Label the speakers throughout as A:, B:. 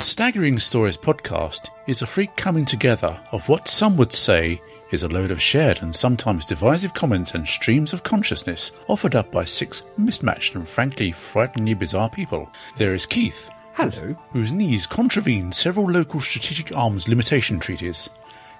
A: Staggering Stories podcast is a free coming together of what some would say is a load of shared and sometimes divisive comments and streams of consciousness offered up by six mismatched and frankly frighteningly bizarre people. There is Keith,
B: Hello.
A: whose knees contravened several local strategic arms limitation treaties.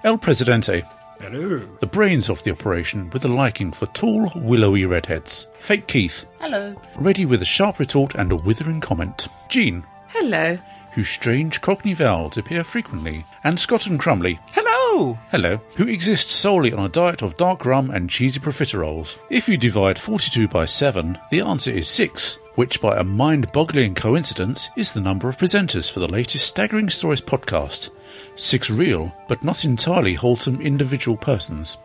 A: El Presidente,
B: Hello.
A: the brains of the operation with a liking for tall, willowy redheads. Fake Keith,
C: Hello.
A: ready with a sharp retort and a withering comment. Jean,
C: Hello.
A: whose strange cockney vowels appear frequently, and Scott and Crumley,
B: Hello.
A: hello, who exists solely on a diet of dark rum and cheesy profiteroles. If you divide 42 by 7, the answer is 6, which by a mind boggling coincidence is the number of presenters for the latest Staggering Stories podcast. Six real, but not entirely wholesome individual persons.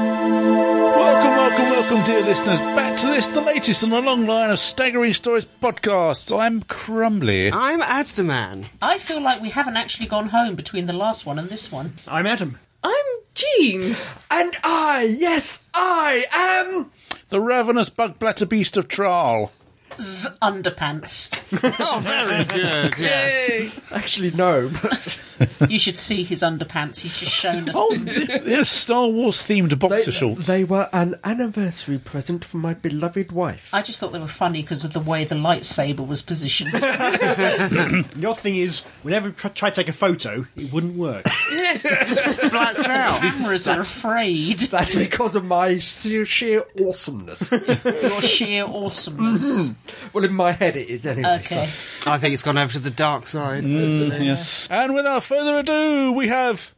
A: Welcome, welcome, welcome, dear listeners, back to this, the latest in a long line of Staggering Stories podcasts. I'm Crumbly.
B: I'm Asdaman.
C: I feel like we haven't actually gone home between the last one and this one.
D: I'm Adam.
E: I'm Jean.
B: And I, yes, I am.
A: The ravenous bug blatter beast of Tral.
C: Z underpants.
B: Yes. Actually, no. But
C: you should see his underpants. He's just shown us.
A: Oh, they're Star Wars themed boxer shorts.
B: they were an anniversary present from my beloved wife.
C: I just thought they were funny because of the way the lightsaber was positioned.
D: Your thing is, whenever you pr- try to take a photo, it wouldn't work.
E: Yes.
B: Blacks out.
C: Cameras are afraid.
B: That's because of my sheer, sheer awesomeness.
C: Your sheer awesomeness.
B: well, in my head it is
E: Mm-hmm.
B: anyway.
C: Okay.
F: I think it's gone over to the dark side.
D: Mm,
A: Yes. And without further ado, we have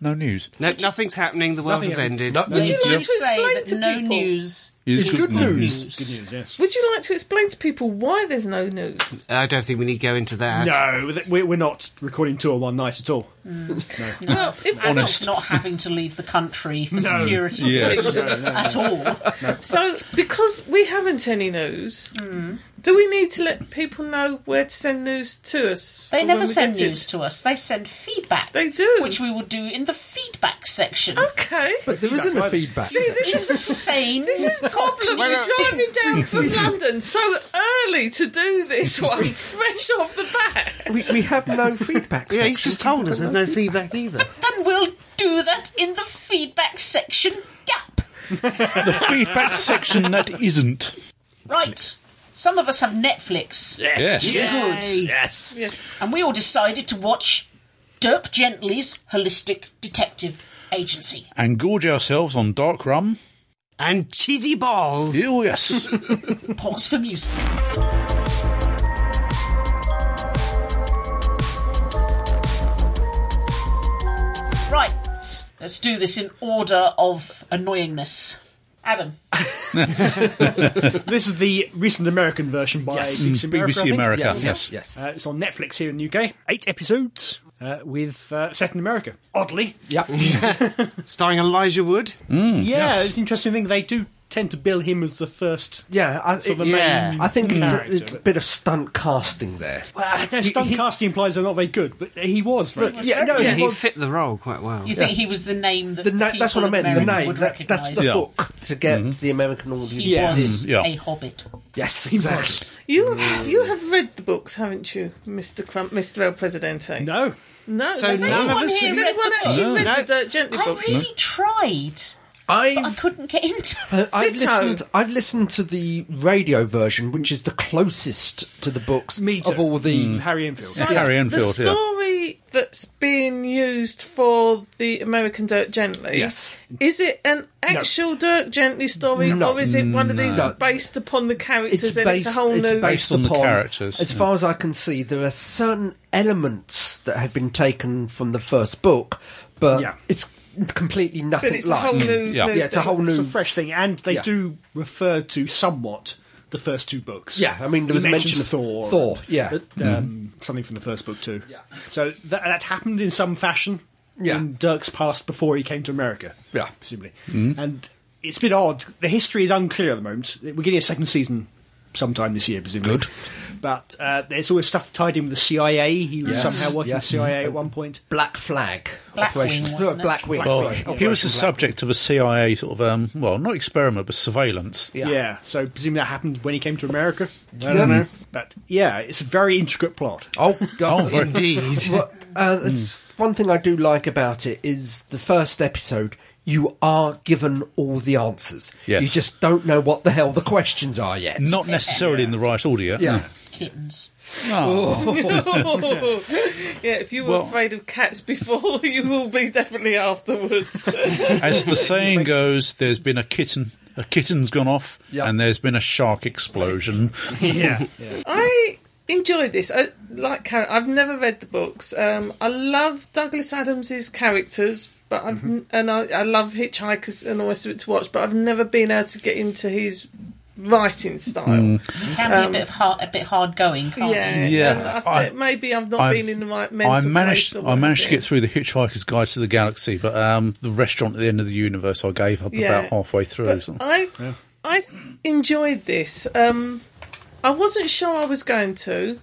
A: no news.
F: No, nothing's happening. The world
D: Nothing
F: has
D: happened.
F: ended.
C: Would you
E: you
C: like to
E: like to
C: say
E: explain
C: that
E: to
C: no
E: people?
C: news
A: Is
B: good news.
D: Good news, yes.
E: Would you like to explain to people why there's no news?
F: I don't think we need to go into that.
D: No, th- we- we're not recording two on one night at all.
E: Well, if
A: Honest.
C: not having to leave the country for
D: No.
C: security
A: Yes.
C: reasons at all?
E: So, because we haven't any news,
C: Hmm.
E: do we need to let people know where to send news to us?
C: They
E: for
C: never
E: when we
C: send
E: get it?
C: news to us. They send feedback.
E: They do.
C: Which we will do in the feedback section.
E: Okay.
B: But there isn't a feedback.
E: See, this is
C: Insane.
E: this is a problem.
F: Well,
E: We're
F: uh,
E: driving down from London so early to do this one, fresh off the bat.
B: We, we have no feedback.
F: Yeah, he's
B: section.
F: just told us there's no feedback either.
C: Then we'll do that in the feedback section gap.
A: The feedback section that isn't.
C: Right. Some of us have Netflix.
A: Yes.
F: Yay.
C: And we all decided to watch Dirk Gently's Holistic Detective Agency.
A: And gorge ourselves on dark rum.
F: And cheesy balls.
A: Oh, yes.
C: Pause for music. Right. Let's do this in order of annoyingness. Adam.
D: This is the recent American version by BBC America. I
A: Mm, BBC
D: think.
A: America.
B: Yes.
A: Yes.
B: Yes. yes.
D: Uh, it's on Netflix here in the UK. Eight episodes uh, with uh, set in America. Oddly,
B: Yep.
F: Starring Elijah Wood.
D: yeah, it's an interesting thing. They do tend to bill him as the first.
B: Yeah. I,
D: Sort of
B: it-
D: the
F: Yeah.
D: main
B: I think it's,
D: character,
B: it's a
D: but-
B: bit of stunt casting there.
D: Well, their stunt casting implies they're not very good, but he was very good.
B: Yeah, no,
F: Yeah,
B: it
F: he
B: was-
F: fit the role quite well.
C: You think he was the name that
B: The na-
C: people
B: that's what I
C: in
B: meant. The
C: America
B: name.
C: would
B: That's, that's the
C: recognise?
A: Yeah.
B: hook to get
A: Mm-hmm.
B: the American audience.
C: He was
A: Mm, yeah.
C: a hobbit.
B: Yes, exactly.
E: You you have read the books, haven't you, Mr. Crump, Mr. El Presidente?
D: No,
E: No.
F: So
E: has
F: none of
E: anyone
F: us
E: here
C: has
E: has anyone
C: read the
E: actually
A: book?
E: read
F: No.
E: the Dirt Gently
C: I
E: book?
C: really tried, but I
B: I've, uh,
C: couldn't get into it.
B: I've
E: Ditto.
B: listened. I've listened to the radio version, which is the closest to the books
D: Me too.
B: of all
A: Mm.
B: the.
D: Harry Enfield.
E: So
A: Harry
E: the
A: Enfield, yeah.
E: story that's being used for the American Dirk Gently.
B: Yes.
E: Is it an actual Dirk Gently story, or is it one of these
B: No.
E: based upon the characters
B: It's
E: and
B: based.
E: it's a whole
B: it's
E: new?
B: based
A: Based on the
B: upon-
A: characters,
B: As
A: yeah.
B: far as I can see, there are certain elements that have been taken from the first book, but
D: Yeah.
B: it's completely nothing
E: But it's a
B: like.
E: whole new.
A: Mm. yeah.
E: new
B: yeah, it's a
E: thing.
B: whole new.
D: It's a fresh thing, and they
B: Yeah.
D: do refer to somewhat the first two books.
B: Yeah, I mean, there
D: He
B: was a
D: mentions
B: mention of
D: Thor.
B: Thor,
D: and,
B: yeah. Mm-hmm.
D: uh, um, Something from the first book too. Yeah. So that, that happened in some fashion.
B: Yeah.
D: in Dirk's past before he came to America.
B: Yeah. Mm-hmm.
D: Presumably. And it's a bit odd. The history is unclear at the moment. We're getting a second season sometime this year, presumably.
B: Good.
D: But uh, there's always stuff tied in with the CIA. He was
B: Yes.
D: somehow working
B: Yes. Mm-hmm.
D: with the CIA at one point.
B: Black Flag.
C: Black Wing,
B: Operation.
C: wasn't
B: no,
C: it?
B: Black Wing.
C: Black
A: Well, he
B: sorry.
A: was the
B: Operation Black
A: subject of a CIA sort of, um, well, not experiment, but surveillance.
B: Wing. Yeah.
D: so presumably that happened when he came to America. I
B: Yeah.
D: don't know. But yeah, it's a very intricate plot.
B: Oh, God.
A: very-
F: Indeed.
B: Well, uh, it's- One thing I do like about it is the first episode. You are given all the answers.
A: Yes.
B: You just don't know what the hell the questions are yet.
A: Not necessarily in the right order.
B: Yeah.
C: Kittens.
E: yeah, if you were
A: Well-
E: afraid of cats before, you will be definitely afterwards.
A: As the saying goes, there's been a kitten. A kitten's gone off,
B: Yeah.
A: and there's been a shark explosion.
D: yeah.
E: I enjoy this. I like. Char- I've never read the books. Um, I love Douglas Adams's characters, but I've n and I, I love Hitchhikers and all the rest of it to watch. But I've never been able to get into his writing style.
B: um,
C: Can be a bit of hard, a bit hard going. Can't
E: Yeah,
C: it?
A: Yeah,
E: and I
A: I-
E: think maybe I've not
A: I've-
E: been in the right mental
A: I managed.
E: place or
A: I managed to
E: whatever.
A: get through the Hitchhiker's Guide to the Galaxy, but um, the restaurant at the end of the universe, I gave up
E: Yeah.
A: about halfway through.
E: But
A: so-
E: I I enjoyed this. Um, I wasn't sure I was going to,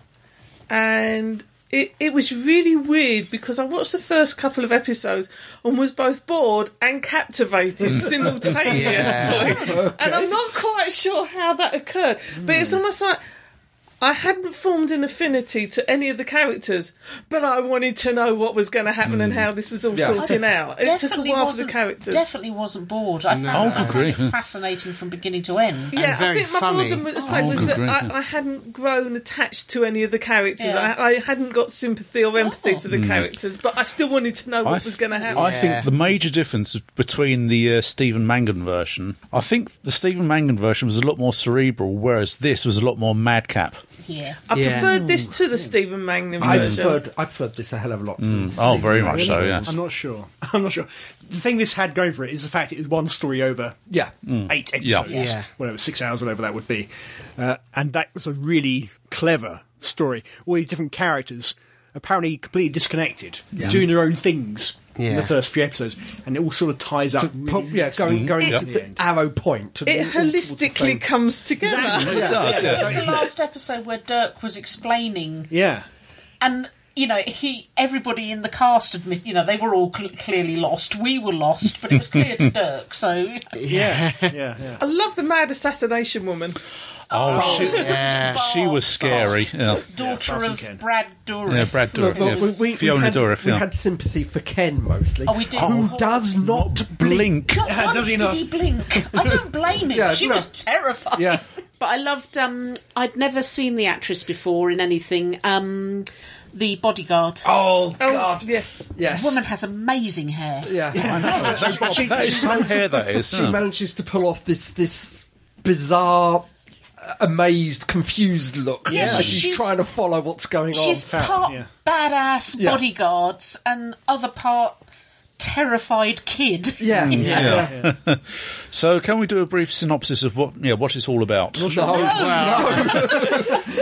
E: and it it was really weird because I watched the first couple of episodes and was both bored and captivated simultaneously, and I'm not quite sure how that occurred. But it's almost like. I hadn't formed an affinity to any of the characters, but I wanted to know what was going to happen and how this was all
B: Yeah.
E: sorting out. It took a
C: Oh, Definitely
E: while for the
C: wasn't-
E: characters.
C: Definitely wasn't bored. I
A: Oh,
C: found, I
A: good
C: found it
A: grief.
C: fascinating from beginning to end.
E: Yeah,
F: very
E: I think my
F: funny.
E: boredom was, so
A: Oh,
E: was
A: good
E: that
A: grief, yeah.
E: I, I hadn't grown attached to any of the characters.
C: Yeah.
E: I, I hadn't got sympathy or empathy
C: Oh.
E: for the characters, but I still wanted to know
A: Mm. I
E: what
A: th-
E: was going to happen.
A: I think the major difference between the uh, Stephen Mangan version, I think the Stephen Mangan version was a lot more cerebral, whereas this was a lot more madcap.
C: Yeah.
B: Oh,
E: I
F: Yeah.
E: preferred this to the Stephen Mangan
B: I
E: version.
B: preferred, I preferred this a hell of a lot. To this.
A: Oh, very much so. Yeah.
D: I'm not sure. I'm not sure. The thing this had going for it is the fact it was one story over
B: Yeah.
D: eight episodes,
A: Yeah.
F: Yeah.
D: whatever, six hours, whatever that would be. Uh, and that was a really clever story. All these different characters, apparently completely disconnected, doing their own things in
F: Yeah.
D: the first few episodes, and it all sort of ties up.
B: Po-
D: really
B: yeah,
A: Mm.
B: going going
E: It-
B: to the arrow point.
E: it holistically comes together.
D: Exactly.
A: does,
C: It was the last episode where Dirk was explaining
D: Yeah.
C: and you know he everybody in the cast admit you know they were all cl- clearly lost we were lost but it was clear to dirk so
D: Yeah. Yeah. yeah.
E: I love the mad assassination woman.
A: Oh, she, she was scary. Yeah.
C: daughter
D: Barton
C: of
D: Ken.
C: brad Dourif.
A: Yeah, Brad Dourif.
B: Well,
A: yeah.
B: we, we- we
A: Fiona
B: had,
A: Dourif.
B: we
A: Yeah.
B: had sympathy for Ken mostly.
C: Oh, we did.
B: Who
C: Oh.
B: does not blink?
C: not once
D: does he
C: did
D: not?
C: he blink i don't blame him
B: Yeah,
C: she
B: no.
C: was terrified
B: Yeah.
G: But I loved. Um, I'd never seen the actress before in anything. Um, the bodyguard.
B: Oh
E: Oh,
B: God.
E: yes.
B: Yes.
C: woman has amazing hair
B: Yeah. She-
A: that is
B: she-
A: some hair. That is.
B: she
A: yeah.
B: manages to pull off this this bizarre, uh, amazed, confused look.
C: Yeah,
B: as
C: but
B: she's,
C: she's-
B: trying to follow what's going
C: she's
B: on.
C: part
D: yeah.
C: badass
B: Yeah.
C: bodyguards and other part terrified kid
B: Yeah, yeah.
A: So, can we do a brief synopsis of what yeah what it's all about?
B: No,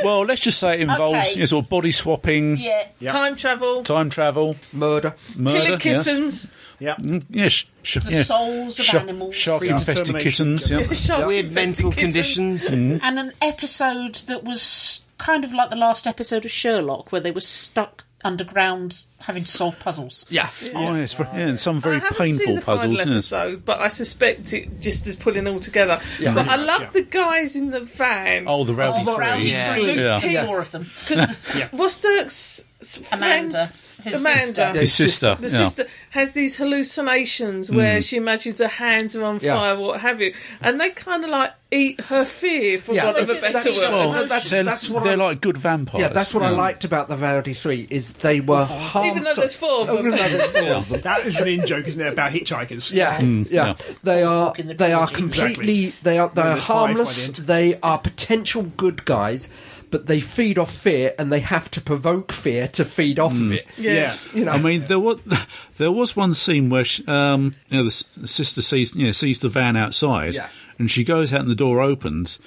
A: Well, let's just say it involves
C: Okay.
A: you know, sort of body swapping,
C: yeah
E: Time travel,
A: time travel,
B: murder.
A: murder,
E: killing
A: yes.
E: kittens,
D: Yeah.
A: Mm, yeah, sh- sh-
C: the
A: yeah.
C: souls of
A: Sh-
C: animals
A: Shark-infested
D: Predetermination.
A: kittens. Yeah.
E: shark
F: Weird mental conditions.
G: and an episode that was kind of like the last episode of Sherlock, where they were stuck underground having to solve puzzles.
B: Yeah,
A: Oh, yes, yeah, and some very
E: I haven't
A: painful
E: seen the
A: puzzles.
E: Final
A: yes.
E: episode, but I suspect it just is pulling all together. But I love the guys in the van.
A: Oh, the rowdy
C: Oh,
A: three.
C: rowdy
F: Yeah.
C: three.
A: Yeah.
C: Two
B: Yeah.
C: more of them.
E: 'Cause What's Dirk's s- friend?
C: Amanda, his
E: Amanda.
C: sister.
A: His sister.
E: The
A: yeah. Mm.
E: sister has these hallucinations where she imagines her hands are on
B: Yeah.
E: fire, what have you, and they kind of like eat her fear, for
B: Yeah,
E: want of
B: they
E: a
B: do.
E: better
B: That's-
E: word.
A: Well,
B: No, that's-
A: they're,
B: that's what
A: they're
B: I-
A: like good vampires.
B: yeah. That's what I liked about the Rowdy Three is they were harmful.
E: Even though there's four of
B: Even
E: them,
B: though there's four of them.
D: That is an in joke, isn't it, about hitchhikers?
B: Yeah, Mm, yeah. They are
C: in the
B: they are
C: trilogy.
B: completely they are they are
D: there's five by the
B: harmless.
D: end.
B: They are potential good guys, but they feed off fear and they have to provoke fear to feed off of it.
D: Yeah.
B: You know,
A: I mean, there was there was one scene where she, um, you know the, s- the sister sees you know, sees the van outside,
B: Yeah.
A: and she goes out and the door opens,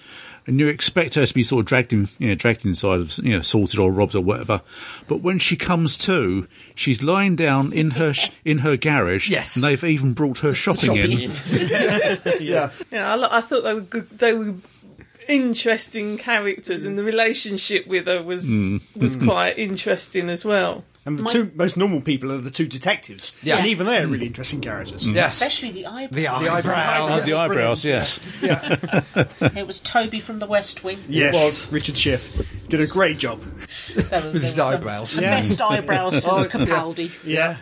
A: and you expect her to be sort of dragged in, you know, dragged inside of you know, sorted or robbed or whatever. But when she comes to, she's lying down in her sh- in her garage.
B: Yes.
A: and they've even brought her shopping, in.
B: yeah.
E: Yeah, I, lo- I thought they were good. They were interesting characters, and the relationship with her was
A: Mm.
E: was
B: Mm.
E: quite interesting as well.
D: And the two most normal people are the two detectives.
B: Yeah. Mm.
D: And even they are really interesting characters.
B: Yes.
C: Especially the eyebrow.
F: The eyes.
A: Oh, the eyebrows, yes.
C: It was Toby from the West Wing.
D: Yes.
B: It was.
D: Richard Schiff did a great job.
C: With
B: his eyebrows. Oh,
C: The
D: Yeah.
C: best eyebrows since Capaldi.
D: Yeah.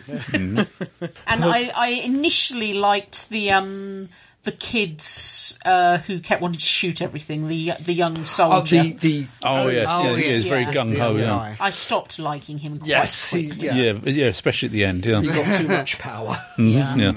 C: And I, I initially liked the um the kids uh, who kept wanting to shoot everything. The the young
B: Oh,
C: soldier.
B: the, the,
A: Oh, yes, yes, he is very
C: yes,
A: gung ho. Yeah.
C: I stopped liking him quite
B: yes. He,
C: quickly.
B: yeah.
A: yeah, yeah, especially at the end. Yeah,
B: He got too much power.
A: yeah. yeah.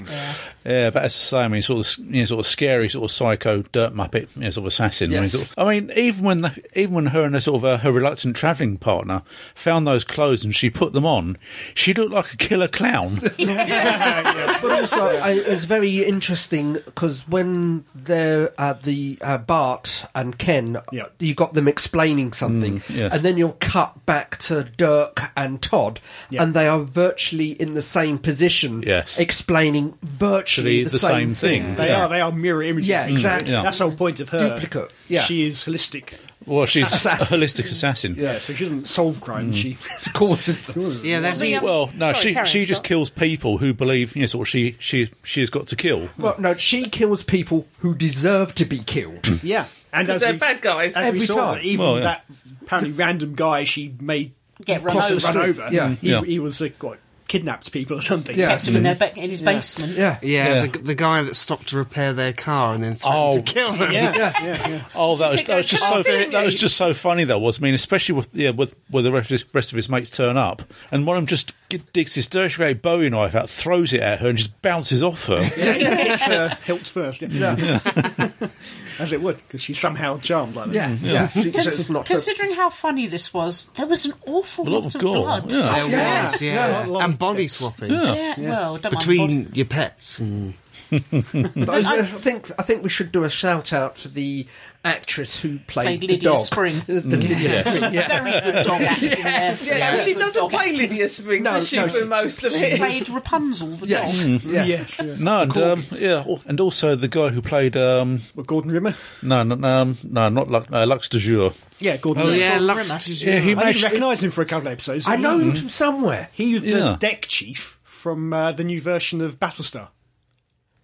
A: but as I say, I mean, sort of, you know, sort of scary, sort of psycho dirt muppet, you know, sort of assassin. I, mean,
B: Yes.
A: sort of- I mean, even when the, even when her and her sort of uh, her reluctant travelling partner found those clothes and she put them on, she looked like a killer clown.
B: But also, I, it's very interesting because when they're at the uh, Bart and Ken,
D: Yeah.
B: you got them explaining something,
A: yes.
B: and then you're cut back to Dirk and Todd,
D: Yeah.
B: and they are virtually in the same position,
A: Yes.
B: explaining virtually
A: Actually,
B: the, same, thing.
D: They
A: Yeah.
D: are they are mirror images.
B: Yeah, exactly.
A: Yeah.
D: That's the whole point of her.
B: Duplicate, yeah.
D: She is holistic.
A: Well, she's
B: Assassin.
A: a holistic assassin.
D: Yeah, so she doesn't solve crime.
B: Mm.
D: She
B: Of course, it's the,
F: Yeah, that's
C: The, um,
A: Well, no,
C: sorry,
A: she
C: carry on,
A: she just
C: Scott.
A: kills people who believe you know sort of she she she has got to kill.
B: well, no, she kills people who deserve to be killed.
D: yeah. And as
E: they're
D: we-
E: bad guys.
D: as we
B: Every
D: saw,
B: time.
D: Even
A: Well, yeah.
D: that apparently random guy she made
C: Get run
D: possibly
C: over.
D: run over.
B: Yeah.
D: He,
A: Yeah.
D: he was like, what, kidnapped people or something.
B: Yeah.
C: kept him in, their be- in his basement.
B: Yeah,
F: Yeah,
A: Yeah.
F: The, the guy that stopped to repair their car and then threatened
A: Oh.
F: to kill them.
D: Yeah, yeah, yeah.
A: Oh, that was, that was just so
F: after-
A: that was just so funny. That was. I mean, especially with yeah, with where the rest of his, rest of his mates turn up, and one of them just g- digs his Dershowitz Bowie knife out, throws it at her, and just bounces off her.
D: It's, uh, hilt first. Yeah. As it would, because she's somehow charmed like that. Mm-hmm.
B: yeah, Mm, yeah. She-
C: Cons-
B: she's not-
C: considering how funny this was, there was an awful
A: A
C: lot,
A: lot of
C: of
A: gore.
C: blood.
A: Yeah.
F: There
B: Yes,
F: was,
D: yeah.
F: yeah. And body swapping.
C: Yeah, well, don't mind body-
F: Between your pets and
B: But I, I think I think we should do a shout out to the actress who played,
C: Played
B: the
C: Lydia
B: dog.
C: Spring.
B: The, the
F: Mm.
B: Lydia Spring, yeah.
C: very good dog acting there.
E: Yeah, she
C: Good
E: doesn't
C: dog
E: play
C: acting.
E: Lydia Spring,
B: No,
E: does she,
B: no,
E: for
B: she-
E: most of
C: She
E: it?
C: played Rapunzel, the
B: Yes.
C: dog.
F: Mm.
B: yes.
D: Yes, yeah.
A: No, and um, yeah, al- and also the guy who played um,
D: Well, Gordon Rimmer.
A: no, no, no, um, no, not Lux, uh, Lux de Jour.
D: Yeah, Gordon
F: oh
D: Rimmer.
F: yeah,
C: Gordon
F: Lux-
C: Rimmer.
A: Yeah, he
D: I didn't
A: managed.
D: recognise him for a couple of episodes. Mm-hmm.
B: I know
D: He,
B: him
F: Mm.
B: from somewhere.
D: he was the
A: Yeah.
D: deck chief from uh, the new version of Battlestar.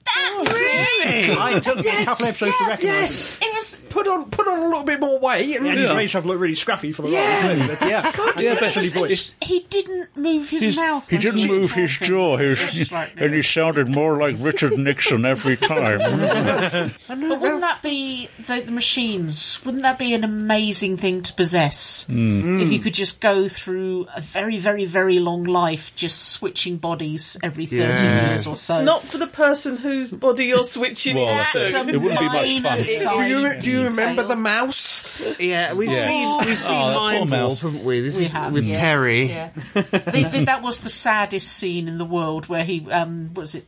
C: That's it.
D: I took me a couple of episodes to recognise
B: Yes.
C: It was
B: Put on put on a little bit more weight. And,
D: him. Yeah, and he's
A: Yeah.
D: made himself look really scruffy for the
B: Yeah.
D: role. But, yeah, yeah,
A: but
D: he
A: it's-
D: voice.
C: he didn't move his
A: He's-
C: mouth.
A: he
C: when
A: didn't
C: was
A: move his
C: talking.
A: jaw, he
C: It
A: was,
C: was like-
A: and he sounded more like Richard Nixon every time.
C: But wouldn't that be the, the machines? Wouldn't that be an amazing thing to possess?
A: Mm.
C: If you could just go through a very, very, very long life, just switching bodies every thirty
F: Yeah.
C: years or so.
E: Not for the person whose body you're switching
A: Well,
E: into.
A: that's
C: a
A: It wouldn't be much
C: minor
A: fun.
B: do
C: side
B: you do you remember
C: detail.
B: the mouse?
F: yeah, we've
A: Yes.
F: seen we've seen
A: Oh, that poor
F: Mind Warp,
A: mouse.
F: haven't we? This
C: We
F: is
C: have,
F: with
C: yes,
F: Perry.
C: Yeah. The- the- that was the saddest scene in the world where he, um, what was it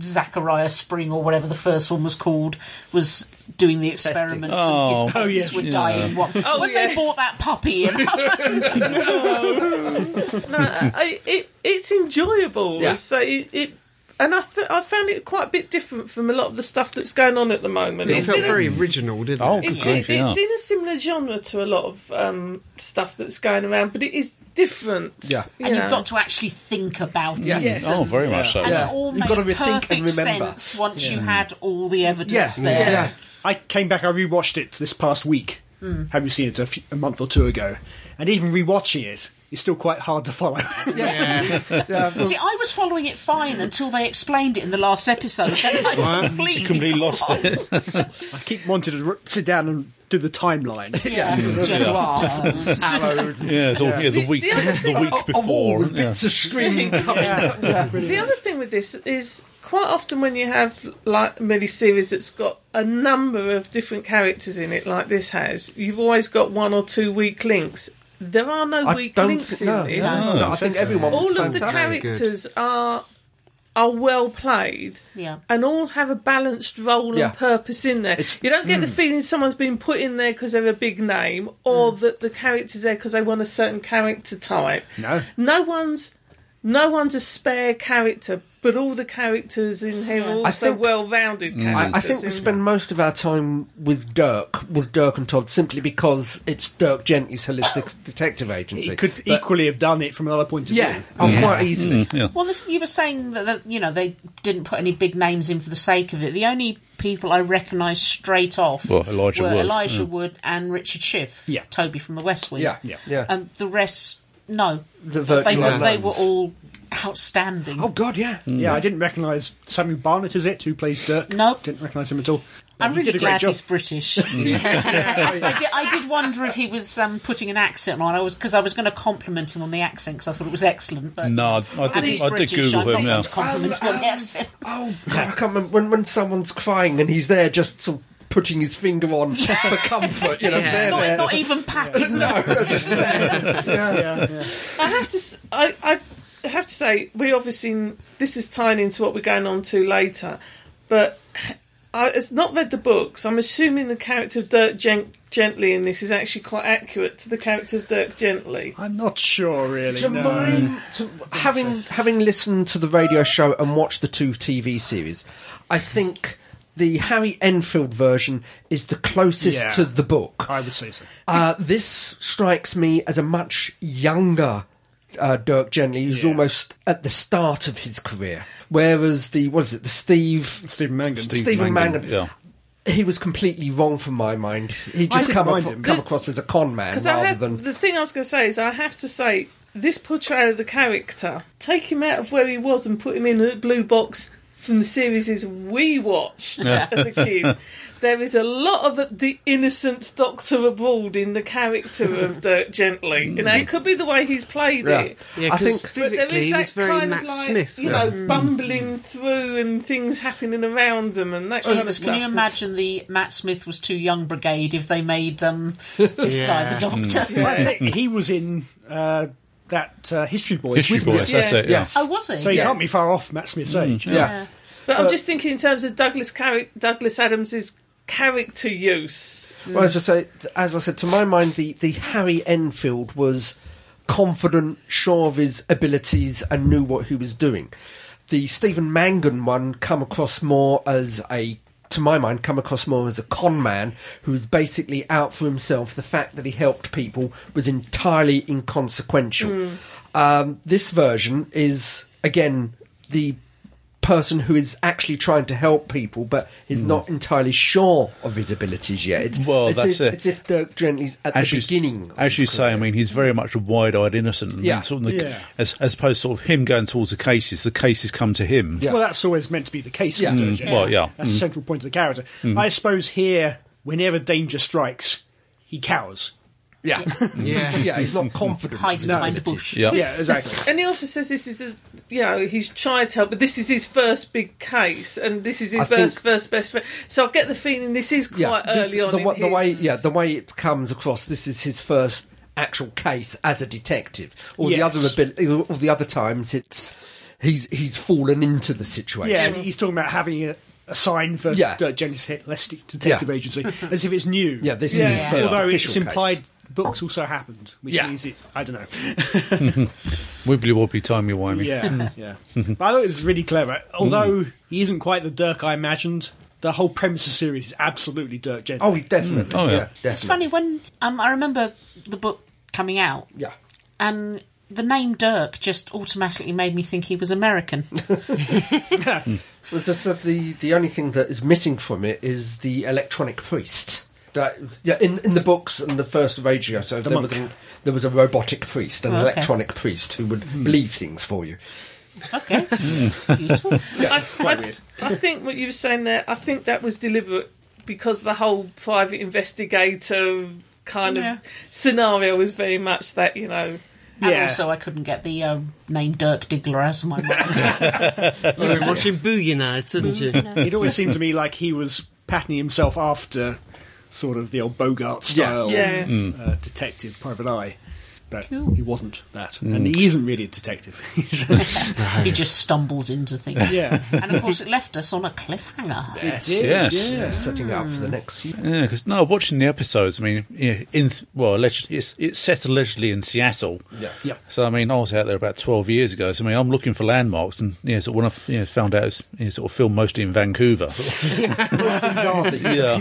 C: Zachariah Spring or whatever the first one was called, was doing the experiments
A: Oh.
C: and his
A: Oh,
C: pets
A: yes.
C: were
A: Yeah.
C: dying. What-
E: Oh,
C: when they
E: yes.
C: bought that puppy in,
E: no, I, it, it's enjoyable.
B: Mm. Yeah.
E: So it, it and I, th- I found it quite a bit different from a lot of the stuff that's going on at the moment.
F: It
E: It's
F: felt
E: in a-
F: very original, didn't
A: Oh,
F: it?
A: good
E: It
A: grief,
E: is.
A: yeah.
E: It's in a similar genre to a lot of um, stuff that's going around, but it is different.
B: Yeah.
E: you
C: and
E: know.
C: you've got to actually think about it.
B: Yes.
A: Oh, very much so.
C: And
B: Yeah.
C: it all
B: You've
C: made
B: gotta rethink and
C: perfect
B: remember.
C: sense once you had all the
B: Yeah.
C: evidence
B: Yeah.
C: there.
D: I came back. I rewatched it this past week.
B: Hmm.
D: Having seen it a, few, a month or two ago, and even rewatching it, it's still quite hard to follow.
B: Yeah, well,
C: See, I was following it fine until they explained it in the last episode. Then I completely,
A: Completely lost it.
D: I keep wanting to r- sit down and do the timeline.
C: Yeah, just
B: Laugh, arrows, and
A: Yeah, it's all, yeah. the week,
E: the
A: the week
B: a wall
A: before.
B: with
A: yeah.
B: bits of string coming.
E: The other thing with this is quite often when you have like a mini series that's got a number of different characters in it, like this has, you've always got one or two weak links. There are no
B: I
E: weak
B: don't
E: links
B: think,
E: in
B: no,
E: this.
B: no, no, I think everyone was
E: All of the
B: fantastic.
E: characters are are well played
C: Yeah.
E: and all have a balanced role
B: Yeah.
E: and purpose in there.
B: It's- mm.
E: you don't get the feeling someone's been put in there because they're a big name or
B: Mm.
E: that the character's there because they want a certain character type.
D: No.
E: No one's no one's a spare character, but all the characters in here are
B: I
E: also
B: think- Mm.
E: well-rounded characters.
B: I, I think we
E: in-
B: spend most of our time with Dirk, with Dirk and Todd, simply because it's Dirk Gently's holistic detective agency.
D: Oh. He could
B: But-
D: equally have done it from another point of
B: yeah,
D: view.
B: oh, quite easily.
D: Mm.
A: Yeah.
C: Well, listen, you were saying that, that you know they didn't put any big names in for the sake of it. The only people I recognised straight off
A: Well, Elijah
C: were
A: Wood, Mm.
C: Elijah
A: yeah.
C: Wood and Richard Schiff.
D: Yeah.
C: Toby from the West Wing.
B: Yeah, yeah,
D: Yeah.
C: And the rest, no,
B: The
C: they,
B: virtual
C: were, they
B: unknowns.
C: were all outstanding.
B: Oh God, yeah.
D: Yeah, I didn't recognise Samuel Barnett, is it, who plays Dirk?
C: Nope.
D: Didn't recognise him at all.
C: I'm
D: He
C: really
D: did a
C: glad
D: great job.
C: he's British.
B: Mm.
C: I, did, I did wonder if he was um, putting an accent on. I was because I was going to compliment him on the accent because I thought it was excellent. But
A: No, I, I
C: as
A: did,
C: he's
A: I did
C: British,
A: Google
C: I'm not
A: him.
C: going
A: Yeah.
C: to compliment him on the accent.
B: Oh God, I can't remember when when someone's crying and he's there just sort of putting his finger on for comfort. You know,
F: Yeah.
B: there,
C: Not,
B: there.
C: not even patting.
B: no, no, just there. Yeah.
E: I have to. s- I, I have to say, we obviously this is tying into what we're going on to later, but I, it's not read the books. I'm assuming the character of Dirk Gen- Gently in this is actually quite accurate to the character of Dirk Gently.
D: I'm not sure, really.
B: To
D: no.
B: mine, to, having having listened to the radio show and watched the two TV series, I think the Harry Enfield version is the closest
D: Yeah.
B: to the book.
D: I would say so.
B: Uh, this strikes me as a much younger uh, Dirk Gently, who's
D: Yeah.
B: almost at the start of his career. Whereas the what is it, the Steve
D: Stephen Mangan.
B: Stephen Mangan,
A: Yeah.
B: he was completely wrong from my mind. He just
D: didn't
B: come,
D: mind
B: acro-
D: him.
B: come across as a con man
E: Because I
B: rather
E: have
B: than
E: the thing I was going to say is I have to say this portrayal of the character, take him out of where he was and put him in a blue box from the series we watched as a kid. There is a lot of the- the innocent Doctor abroad in the character of Dirk Gently. You know, it could be the way he's played
B: Yeah.
E: it.
F: Yeah,
B: I
F: 'cause
B: think-
E: But there
F: physically
E: is
F: he
E: that
F: was very
E: kind
F: Matt
E: of like,
F: Smith.
E: you know, bumbling through and things happening around him and that kind of
C: Jesus,
E: stuff.
C: Oh, can you imagine the Matt Smith was too young brigade if they made um, this guy the
F: Yeah.
C: doctor?
D: I think he was in uh, that uh, History Boys.
A: History
D: with me.
A: Boys, that's
E: Yeah.
A: it. Yeah.
B: yes,
C: Oh, was he?
D: So you
B: Yeah.
D: can't be far off Matt Smith's age.
B: yeah.
E: But I'm just thinking in terms of Douglas Car- Douglas Adams's character use.
B: Well, as I say, as I said, to my mind, the the Harry Enfield was confident, sure of his abilities, and knew what he was doing. The Stephen Mangan one come across more as a, to my mind, come across more as a con man who was basically out for himself. The fact that he helped people was entirely inconsequential. Um, this version is again the person who is actually trying to help people but is not entirely sure of his abilities yet. It's,
A: Well,
B: it's,
A: that's
B: if,
A: it.
B: it's if Dirk Gently's at
A: As
B: the
A: you,
B: beginning. of
A: as
B: his
A: you
B: career.
A: say, I mean, he's very much a wide-eyed innocent. and
B: Yeah.
A: sort of the-
D: Yeah.
A: As, as opposed to sort of him going towards the cases, the cases come to him.
B: Yeah.
D: Well, that's always meant to be the case.
B: Yeah.
D: In
B: Mm,
D: Dirge, yeah.
A: well, yeah.
D: That's the central point of the character. I suppose here, whenever danger strikes, he cowers.
B: yeah, yeah, yeah, he's not confident.
C: Hides
B: in his
C: behind a
B: abilities.
C: bush.
A: Yeah.
D: Yeah, exactly.
E: And he also says this is a, you know, he's tried to help, but this is his first big case, and this is his
B: I
E: first,
B: think-
E: first best friend. So I get the feeling this is quite
B: Yeah,
E: early
B: this-
E: on
B: the,
E: in
B: wa- the way,
E: his-
B: yeah, the way it comes across. This is his first actual case as a detective. All the
D: Yes.
B: other abil- all the other times, it's he's he's fallen into the situation.
D: Yeah, and he's talking about having a, a sign for
B: Yeah.
D: Dirk Gently's hit Leslie Detective
B: Yeah.
D: Agency, as if it's new.
B: Yeah, this is his
D: yeah.
B: first
D: Although
B: official
D: it's implied
B: case.
D: books also happened, which
B: Yeah.
D: means it. I don't know.
A: Wibbly wobbly, timey wimey.
D: Yeah, yeah. But I thought it was really clever. Although
B: Mm.
D: he isn't quite the Dirk I imagined, the whole premise of the series is absolutely Dirk Gently.
B: Oh, definitely.
A: Oh, yeah.
B: yeah.
C: It's
B: definitely.
C: funny when um, I remember the book coming out,
B: Yeah.
C: and the name Dirk just automatically made me think he was American.
B: Well, it's just that the the only thing that is missing from it is the electronic priest. That yeah, in in the books and the first radio, so there was an, there was a robotic priest, an
C: Oh, okay. Hmm.
B: electronic priest who would believe things for you.
C: Okay, useful.
E: I, I- I think what you were saying there, I think that was deliberate because the whole private investigator kind
C: Yeah.
E: of scenario was very much that, you know.
C: And
D: Yeah.
C: also, I couldn't get the um, name Dirk Diggler out of my mind.
F: You've been watching Boogie Nights, haven't you?
B: Oh,
D: It always seemed to me like he was patting himself after sort of the old Bogart style
E: Yeah.
B: Mm.
D: Uh, detective, private eye. but
H: Cool.
D: he wasn't that, and
B: Mm.
D: he isn't really a detective.
C: He just stumbles into things.
D: yeah,
C: and of course, it left us on a cliffhanger.
B: Yes.
A: Yes.
B: Yeah, setting up for the next season.
A: Yeah, because no, watching the episodes, I mean, yeah, in well, allegedly, it's, it's set allegedly in Seattle.
B: Yeah.
D: Yeah.
A: So I mean, I was out there about twelve years ago. So I mean, I'm looking for landmarks, and yeah, so when I f- yeah, found out it's yeah, sort of filmed mostly in Vancouver. yeah.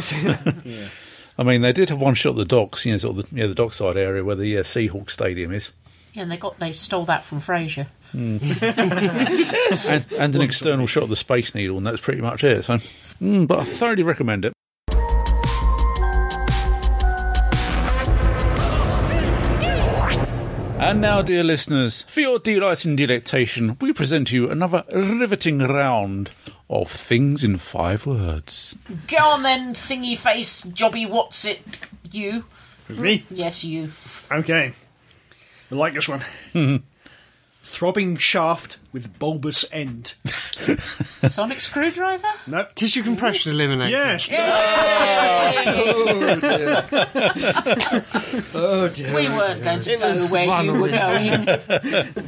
A: I mean, they did have one shot of the docks, you know, sort of the, yeah, the dockside area where the uh, Seahawk Stadium is,
C: Yeah, and they got they stole that from Frasier.
A: and, and an external shot of the Space Needle, and that's pretty much it. So, mm, but I thoroughly recommend it. And now, dear listeners, for your delight and delectation, we present you another riveting round of things in five words.
C: Go on then, thingy face, jobby what's it, you.
D: me.
C: Yes, you.
D: Okay, I like this one. Throbbing shaft with bulbous end.
C: Sonic screwdriver?
D: Nope.
F: Tissue compression eliminator.
D: Yes.
B: Oh dear.
C: We weren't going to go
F: was
C: where you were going.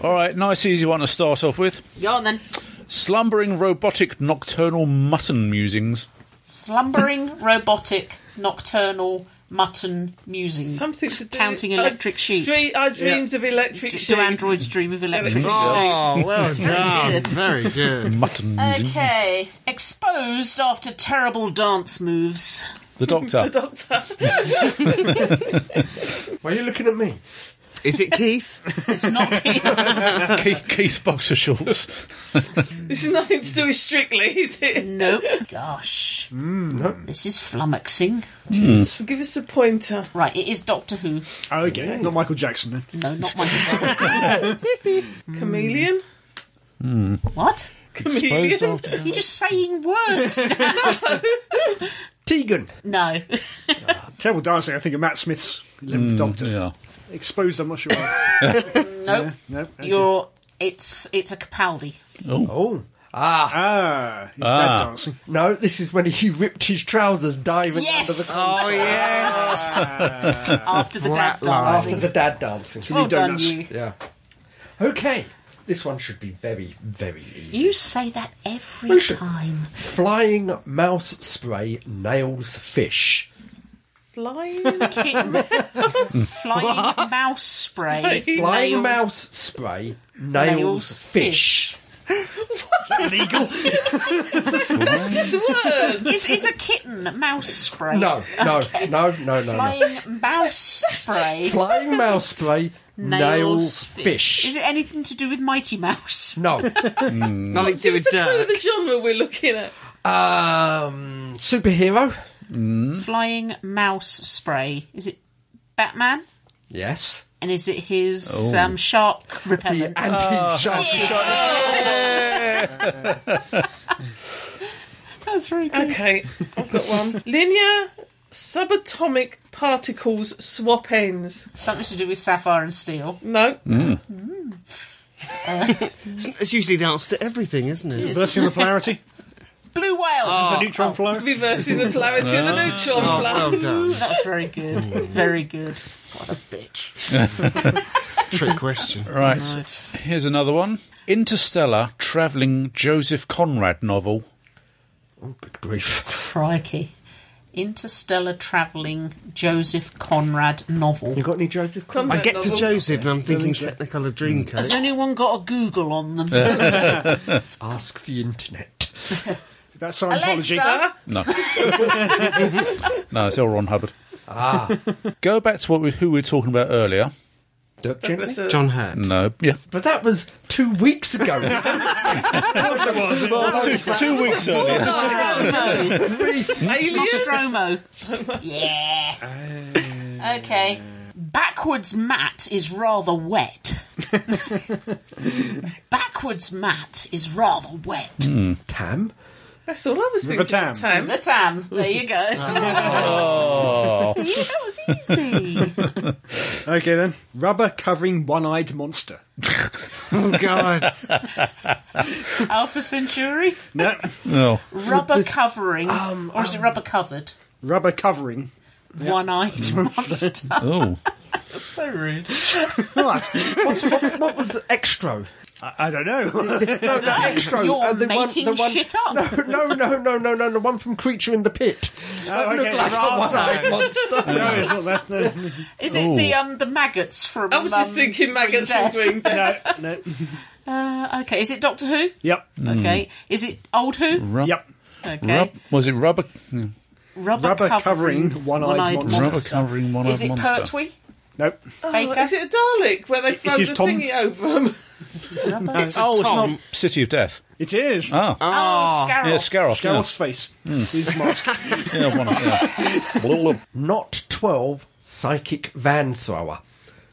A: All right, nice, easy one to start off with.
C: Go on then.
A: Slumbering robotic nocturnal mutton musings.
C: Slumbering, robotic, nocturnal, mutton musings.
E: Something to do
C: Counting
E: with-
C: electric sheep.
E: Dream, I dreams of electric sheep.
C: Do androids dream of electricity?
F: Oh, well done. Very good.
A: Mutton musings.
C: Okay. Exposed after terrible dance moves.
A: The doctor.
E: The doctor.
B: Why are you looking at me?
F: Is it Keith?
C: It's not Keith.
A: Keith, Keith's boxer shorts.
E: this is nothing to do with Strictly, is it?
C: nope. Gosh. This is flummoxing.
E: Give us a pointer.
C: Right, it is Doctor Who.
D: Okay. Not Michael Jackson then.
C: No, not my.
E: Mm. Chameleon?
C: what?
A: Exposed
E: Chameleon?
A: after-
C: You're just saying words.
B: Tegan.
C: no.
D: Terrible dancing. I think of Matt Smith's Eleventh Doctor.
A: Yeah.
D: Exposed. I'm not sure.
C: Nope.
D: no. okay.
C: You're. It's it's a Capaldi.
B: Oh. Ah.
D: Ah, he's
A: Ah.
D: dead dancing.
B: No, this is when he ripped his trousers diving under the
C: Yes.
F: Oh, yes.
C: After the dad
F: Flat line.
C: dancing.
B: after the dad dancing.
C: Well done,
D: donuts.
C: you.
B: Yeah. Okay. This one should be very, very easy.
C: You say that every
B: Listen.
C: time.
B: Flying mouse spray nails fish.
E: Flying?
C: Flying mouse spray.
E: Flying
B: Flying
C: Nail-
B: mouse spray nails, fish.
E: That's just words.
C: Is, is a kitten mouse spray?
B: No, no, no, no, no, no.
C: Flying mouse spray.
B: Flying mouse spray nails,
C: fi-
B: fish.
C: Is it anything to do with Mighty Mouse?
B: no.
F: Nothing to do with
E: It's a clue
F: dirt.
E: the genre we're looking at.
B: Um, superhero. Hmm?
C: Flying mouse spray. Is it Batman?
B: Yes.
C: And is it his
B: Oh.
C: um, shark
B: The
C: repellent?
B: anti-shark.
C: That's very good.
E: Okay, I've got one. Linear subatomic particles swap ends.
C: Something to do with sapphire and steel.
E: No.
F: It's usually the answer to everything, isn't it?
D: Versing the polarity.
C: Blue whale.
D: the neutron flow.
E: Reversing the polarity of the neutron
F: Oh,
E: flow.
F: well done.
C: That was very good. very good. What a bitch.
F: Trick question.
A: Right. Here's another one. Interstellar travelling Joseph Conrad novel.
B: Oh, good grief.
C: Crikey. Interstellar travelling Joseph Conrad novel.
B: You got any Joseph? Conrad?
F: I get to
E: novels.
F: Joseph and I'm thinking Technicolor
C: Has
F: Dreamcoat.
C: anyone got a Google on them?
B: Ask the internet.
D: That's Scientology.
C: Alexa,
A: No. no, it's L. Ron Hubbard. Ah. Go back to what we, who we were talking about earlier.
B: Dirk Gently?
F: John Hurt.
A: No. Yeah.
B: But that was two weeks ago.
C: Oh,
A: two two weeks earlier.
C: Nostromo. yeah. Okay. Backwards Matt is rather wet. Backwards Matt is rather wet.
B: Tam.
E: That's all I was thinking.
D: Tam.
E: of Tam.
C: That's Anne. There you go. See, that was easy.
D: Okay then. Rubber covering one-eyed monster.
F: Oh, God.
C: Alpha Centauri.
D: No.
A: No.
C: Rubber covering,
B: um,
C: or is it rubber covered?
D: Rubber covering.
C: One-eyed monster.
A: Oh.
C: so rude.
B: Right. What's, what, what was the extra?
D: I, I don't know.
B: No, the extra.
C: You're
B: uh, the
C: making
B: one, the one,
C: shit up.
B: No, no, no, no, no, no. The one from Creature in the Pit. That looked
D: Oh, okay,
B: like
D: the
B: a one-eyed
D: Rattler.
B: monster.
D: no, it's not that. No,
C: Is it the um the maggots from?
E: I was
C: um,
E: just thinking
C: Scream
E: maggots
C: Death?
E: and green.
D: no. no.
C: Uh, okay, is it Doctor Who?
D: Yep.
C: Okay, is it Old Who?
A: Rub,
D: Yep.
C: Okay,
A: Hmm. Rub, was it rubber?
C: rubber,
D: Rubber
C: covering,
D: covering one-eyed
C: one-eyed,
D: monster.
C: monster.
A: Rubber covering one-eyed
C: Is it
A: monster.
C: Pertwee?
D: Nope.
E: Oh,
C: Baker?
E: is it a Dalek where they
D: It- it
E: throw
D: is
E: the
D: Tom.
E: thingy over them?
F: It's a
D: oh, it's
F: Tom.
D: not.
A: City of Death.
D: It is.
A: Ah,
C: Oh, Scarab.
A: yeah, Scaroff. yeah.
D: Geralt's face. His mask.
A: Yeah, one, yeah. Blah, blah, blah.
B: Not 12, Psychic Van Thrower.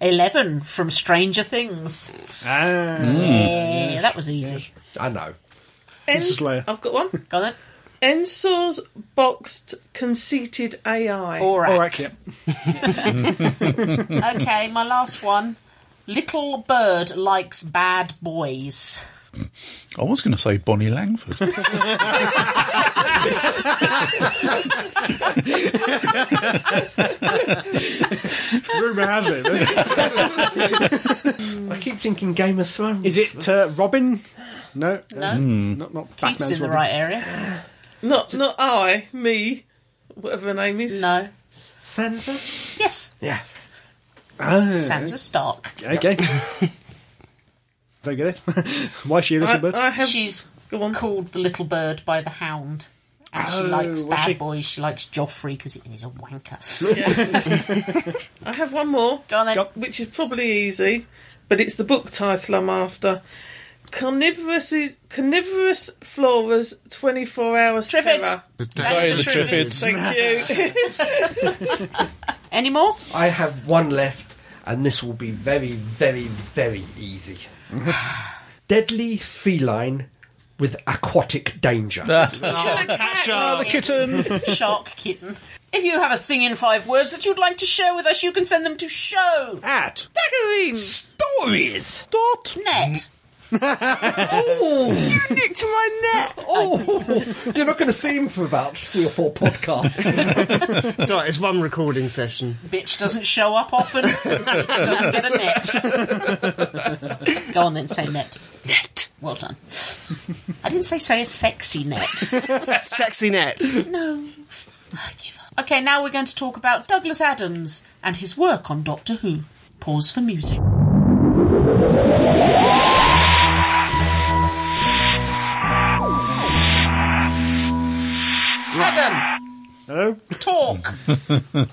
C: Eleven from Stranger Things.
D: Ah.
C: Hmm. Yeah, that was easy.
B: I know.
D: Mrs. Leia.
E: I've got one.
C: Go on then.
E: Ensor's boxed, conceited AI.
C: All right.
D: All right, yep.
C: Okay, my last one. Little bird likes bad boys.
A: I was going to say Bonnie Langford.
D: Rumour has it.
B: I keep thinking Game of Thrones.
D: Is it uh, Robin? No. Um,
C: No,
D: Not, not
C: keeps
D: Batman's
C: in the
D: Robin.
C: right area.
E: Not, not I, me, whatever her name is.
C: No.
B: Sansa?
C: Yes,
B: Yes.
D: Ah,
C: Sansa Stark.
D: okay. Don't get it. Why is she a little
E: I,
D: bit?
E: I have.
C: She's
E: Go on.
C: called the little bird by the hound. And she
D: Oh,
C: likes
D: was
C: bad
D: she?
C: boys. She likes Joffrey because he's a wanker.
E: I have one more,
C: Go on then.
D: Go.
E: which is probably easy, but it's the book title I'm after. Carnivorous, is, carnivorous Flora's 24 Hours
C: Trivet.
E: Terror.
F: The
A: Day of the
C: Trivet.
A: Triffids.
E: Thank you.
C: Any more?
B: I have one left, and this will be very, very, very easy. Deadly feline with aquatic danger.
A: Ah, the kitten.
C: Shark kitten. If you have a thing in five words that you'd like to share with us, you can send them to show
D: At.
E: Daggerine.
B: Stories!
D: Dot.
C: net.
B: Oh,
F: Nick to my net.
B: you're not going to see him for about three or four podcasts.
F: It's all right, it's one recording session.
C: Bitch doesn't show up often. Bitch doesn't get a net. Go on then, say net. Net. Well done. I didn't say say a sexy net.
F: Sexy net.
C: No. I give up. Okay, now we're going to talk about Douglas Adams and his work on Doctor Who. Pause for music. Adam,
D: Hello.
C: talk.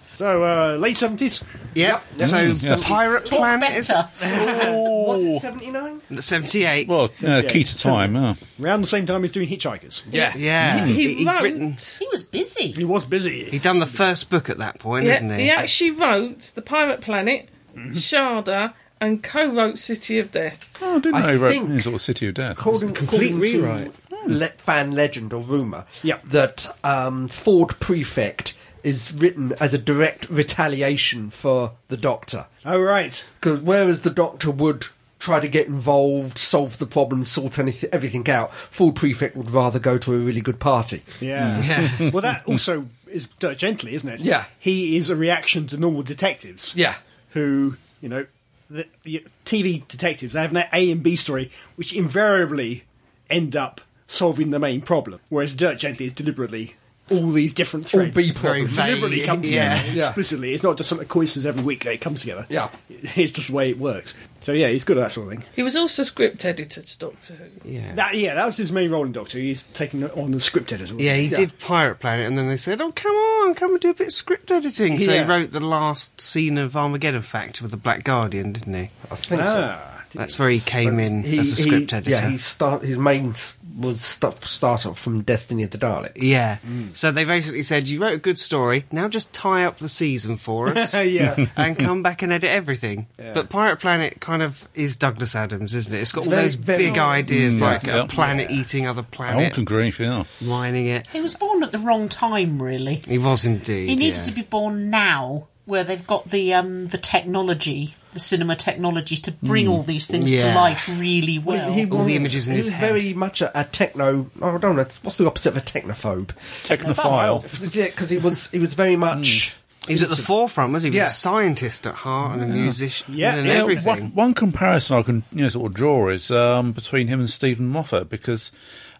D: So, uh, late 70s.
F: Yep. So the pirate
C: Talk
F: planet is
C: better.
B: Was it 79?
F: seventy-eight.
A: Well, uh, key to time. ah.
D: Around the same time he's doing Hitchhikers.
B: Yeah.
F: Yeah.
E: He,
F: he'd
E: wrote.
F: written-
C: He was busy.
D: He was busy.
F: He'd done the first book at that point,
E: Yeah,
F: hadn't
E: he
F: he?
E: actually wrote The Pirate Planet, Sharda, and co-wrote City of Death.
A: Oh, I didn't
B: I
A: know he wrote
B: think-
A: yeah, sort of City of Death.
B: According,
F: complete
B: according
F: rewrite.
B: To le- fan legend or rumour
D: Yeah.
B: that um, Ford Prefect is written as a direct retaliation for the Doctor.
D: Oh, right.
B: Because whereas the Doctor would try to get involved, solve the problem, sort anything, everything out, Ford Prefect would rather go to a really good party.
D: Yeah.
F: Yeah.
D: well, that also is dirt gently, isn't it?
B: Yeah.
D: He is a reaction to normal detectives.
B: Yeah.
D: Who, you know, the, the TV detectives, they have an A and B story, which invariably end up solving the main problem. Whereas dirt gently is deliberately all these different
B: All
D: threads.
B: B
F: Very
B: problems.
F: vague.
D: deliberately come together
F: Yeah.
B: Yeah.
D: explicitly. It's not just something that coincides every week that it comes together.
B: Yeah.
D: It's just the way it works. So yeah, he's good at that sort of thing.
E: He was also script editor to Doctor Who.
F: Yeah.
D: That yeah, that was his main role in Doctor. Who. He's taking on the script editor.
F: Yeah, he
B: Yeah.
F: did Pirate Planet, and then they said, "Oh, come on, come and do a bit of script editing." So
D: Yeah.
F: he wrote the last scene of Armageddon Factor with the Black Guardian, didn't he?
B: I think so.
D: Ah,
F: That's where he came in
B: He-
F: as a script
B: he-
F: editor.
B: Yeah, he start, his main s- was stuff start up from Destiny of the Daleks.
F: Yeah. So they basically said, "You wrote a good story. Now just tie up the season for us,
D: yeah.
F: and come back and edit everything."
D: Yeah.
F: But Pirate Planet kind of is Douglas Adams, isn't it? It's got all
B: very-
F: those
B: very-
F: big ideas, like
A: yeah.
F: a planet eating other planets,
A: Alton Grief, yeah.
F: mining it.
C: He was born at the wrong time, really.
F: He was indeed.
C: He needed
F: yeah.
C: to be born now, where they've got the um, the technology, the cinema technology, to bring all these things
F: Mm. Yeah.
C: to life really well.
B: He
F: All the images in
B: he
F: his
B: was
F: head.
B: very much a, a techno. Oh, I don't know. What's the opposite of a technophobe?
A: Technophile.
F: Mm.
B: Yeah, because he was he was very much
F: He was at the forefront, was he? He was
B: Yeah.
F: a scientist at heart and a musician
D: Yeah.
F: and
D: Yeah,
F: everything.
A: One, one comparison I can you know sort of draw is um, between him and Stephen Moffat because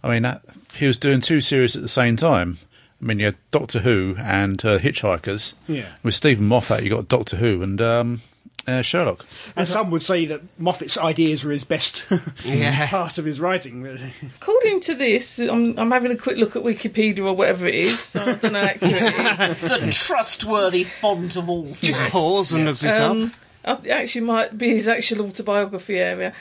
A: I mean that, he was doing two series at the same time. I mean you had Doctor Who and uh, Hitchhikers.
D: Yeah.
A: With Stephen Moffat, you got Doctor Who and um, uh, Sherlock.
D: And some would say that Moffat's ideas were his best
F: Yeah.
D: part of his writing. really.
E: According to this, I'm, I'm having a quick look at Wikipedia or whatever it is, so I don't know how accurate it is.
C: The trustworthy font of all.
F: Just pause and look this up.
E: Um, uh, it actually might be his actual autobiography area.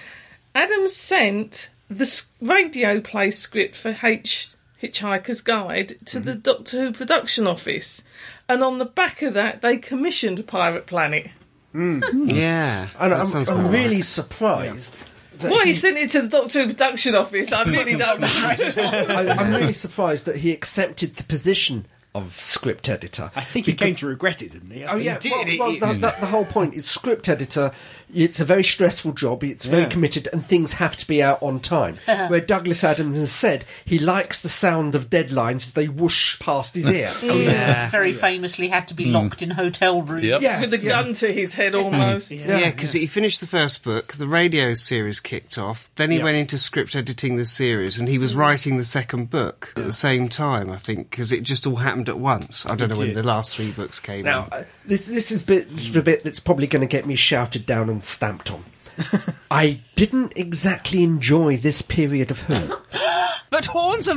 E: Adam sent the s- radio play script for H. Hitchhiker's Guide to the Doctor Who production office, and on the back of that, they commissioned Pirate Planet.
F: Yeah.
B: And
F: that
B: I'm,
F: sounds
B: I'm
F: about
B: really surprised. that
E: Why he
B: he-
E: sent it to the Doctor Who production office? I really don't know.
B: I, I'm really surprised that he accepted the position of script editor.
D: I think he came to regret it, didn't he? I
B: Oh
D: think-
B: yeah,
F: did,
B: well,
F: he-
B: well,
F: he- Mm.
B: that, that, the whole point is script editor. It's a very stressful job. It's very
D: Yeah.
B: committed, and things have to be out on time. Where Douglas Adams has said he likes the sound of deadlines as they whoosh past his ear.
F: Yeah. Mm.
C: Very famously had to be locked in hotel rooms.
A: Yep.
B: Yeah.
E: With a gun to his head almost.
F: Yeah, because he finished the first book, the radio series kicked off, then he
D: Yeah.
F: went into script editing the series, and he was writing the second book at the same time, I think, because it just all happened at once. I don't know when
D: did.
F: the last three books came
B: Now,
F: out.
B: uh, this this is bit, the bit that's probably going to get me shouted down and stamped on. I didn't exactly enjoy this period of Who.
F: But Horns of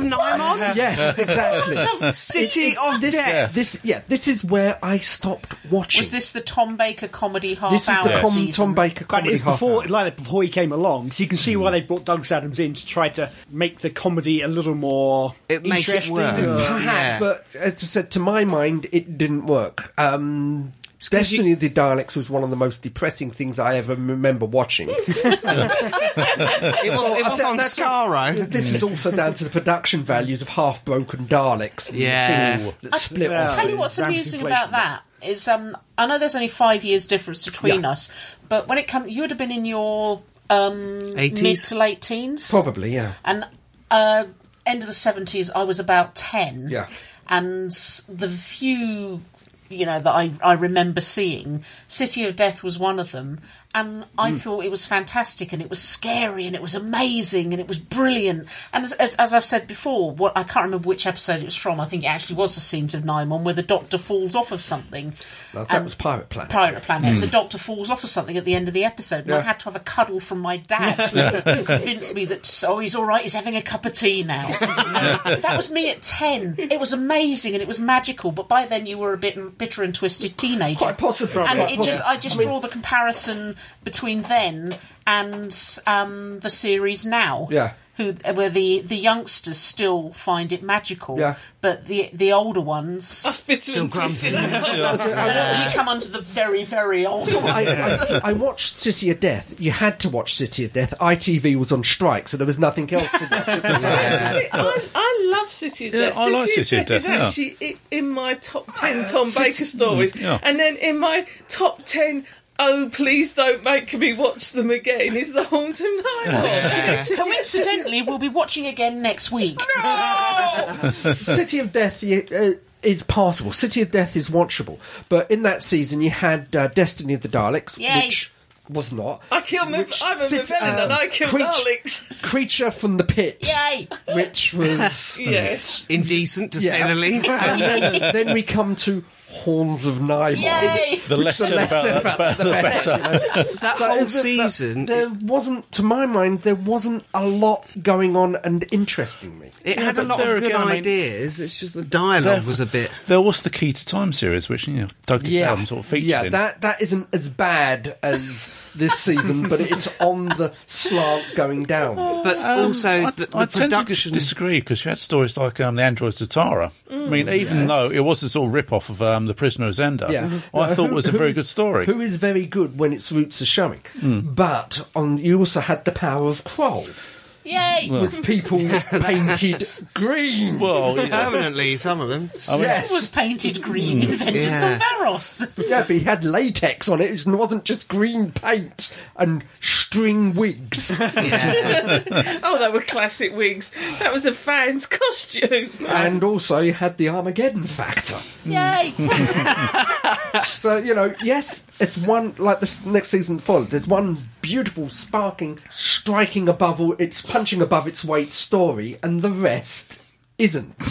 F: Nymon?
B: yes, exactly.
F: City of
B: this,
F: Death!
B: This, yeah, this is where I stopped watching.
C: Was this the Tom Baker comedy half
B: This is
C: hour?
B: the com-
C: season?
B: Tom Baker
D: But
B: comedy
D: it's
B: half
D: before,
B: hour.
D: like that before he came along, so you can see
B: Hmm.
D: why they brought Douglas Adams in to try to make the comedy a little more
F: It make it
D: interesting.
F: work.
D: Uh,
F: Yeah.
B: But as I said, to my mind, it didn't work. Um, Destiny of the Daleks was one of the most depressing things I ever remember watching.
F: It was, it
B: I
F: was
B: think
F: on
B: that's-
F: Scarrow.
B: this is also down to the production values of half broken Daleks. and
F: Yeah.
B: things that split.
D: yeah.
B: off.
C: Tell you what's
D: Rampant
C: amusing
D: inflation,
C: about that is, um, I know there's only five years difference between
B: Yeah.
C: us, but when it comes, you would have been in your um, mid
F: 80s?
C: to late teens,
B: Probably, yeah.
C: and uh, end of the seventies. I was about ten,
B: Yeah.
C: and s- the few. You know that I, I remember seeing City of Death was one of them, and I
B: Hmm.
C: thought it was fantastic, and it was scary, and it was amazing, and it was brilliant. And as, as, as I've said before, what I can't remember which episode it was from. I think it actually was the scenes of Nymon where the Doctor falls off of something,
B: Now, that
C: and-
B: was Pirate Planet.
C: Pirate Planet. The Doctor falls off of something at the end of the episode, and
B: Mm.
C: I
B: Yeah.
C: had to have a cuddle from my dad who- who convinced me that oh, he's all right. He's having a cup of tea now. that was me at ten. It was amazing and it was magical. But by then, you were a bit bitter and twisted teenager.
B: Quite possibly.
C: And
B: quite
C: it
B: possibly.
C: just, I just draw the comparison between then and um, the series now.
B: Yeah.
C: Who, where the, the youngsters still find it magical,
B: Yeah.
C: but the the older ones uh,
E: That's bitter and twisted.
C: we come onto the very, very old one.
B: I, I, I watched City of Death. You had to watch City of Death. ITV was on strike, so there was nothing else to watch at the time.
E: See, I, I love City of
A: Yeah,
E: Death.
A: I like City of Death,
E: Is
A: yeah. Uh, mm,
E: actually i in my top ten Tom Baker stories,
A: yeah.
E: and then in my top ten. Oh, please don't make me watch them again. Is the Haunted Night
A: Oh,
C: Coincidentally, we'll be watching again next week.
B: City of Death you, uh, is passable. City of Death is watchable. But in that season, you had uh, Destiny of the Daleks,
C: Yay.
B: which was not.
E: I kill Mav-
B: Which
E: I'm a
B: sit-
E: villain and
B: um,
E: I kill
B: creature-
E: Daleks.
B: Creature from the Pit,
C: Yay!
B: which
A: Oh,
B: was.
E: Yes.
F: Indecent, to say the least.
B: and then, then we come to Horns of Nymon.
C: Yay!
A: The less
B: The
A: said
B: less
A: about
B: said
A: that,
B: about
A: about
B: that, the better.
F: That
B: So
F: whole
B: is it that
F: season,
B: there wasn't, to my mind, there wasn't a lot going on and interesting me.
F: it, it
A: Yeah,
F: had a
A: but
F: lot
A: there
F: of good
A: again, I mean-
F: ideas. It's just the dialogue was a bit.
A: There was the Key to Time series, which you know Douglas Adams um, sort of featured
B: yeah.
A: in.
B: That that isn't as bad as this season, but it's on the slant going
A: Oh.
B: down.
F: But also,
A: I,
F: the, the
A: I tend to dis-
F: production. Mm,
A: disagree because you had stories like um, the androids of Tara. I mean, even though it was a sort of rip-off of um, the Prisoner of Zenda,
B: Yeah,
A: I
B: No,
A: thought
B: who-
A: was a
B: who
A: very
B: is-
A: good story. Hmm.
B: Who is very good when its roots are showing, but on you also had the power of Kroll.
G: Yay!
B: with people painted green.
A: Well, yeah.
F: Permanently, some of them.
G: It was
B: yes,
G: painted green
D: Mm,
G: in Vengeance
F: Yeah.
G: on Varos.
B: yeah, but he had latex on it. It wasn't just green paint and string wigs.
E: Oh, that were classic wigs. That was a fan's costume.
B: and also he had the Armageddon factor.
D: Mm.
G: Yay!
B: So you know, yes, it's one like this next season followed. There's one beautiful, sparking, striking above all, it's punching above its weight story, and the rest isn't.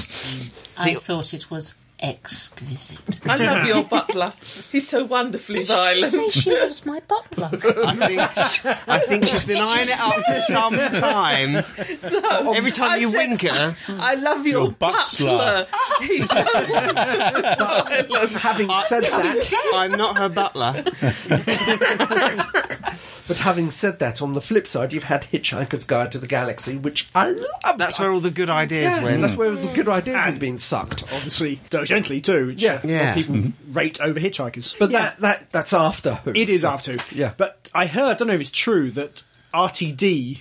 G: I thought it was exquisite.
E: I love your butler. He's so wonderfully
G: Say
E: violent.
G: she was my butler.
F: I think, I think she's been eyeing it up for some time. Every time
E: I
F: you
E: said-
F: wink at her,
E: I love your,
A: Your butler.
E: butler. He's so violent.
B: Having said that,
F: I'm not her butler.
B: but having said that, on the flip side, you've had Hitchhiker's Guide to the Galaxy, which I love.
F: That's where all the good ideas
B: yeah,
F: went.
B: that's where the good ideas
D: And-
B: have been sucked.
D: Obviously, Dirk Gently too. Which
B: Yeah. Mm-hmm.
D: a lot of
F: Yeah.
D: people rate over Hitchhikers.
B: But that, that that's after Who.
D: It is after.
B: Yeah.
D: But I heard, I don't know if it's true, that RTD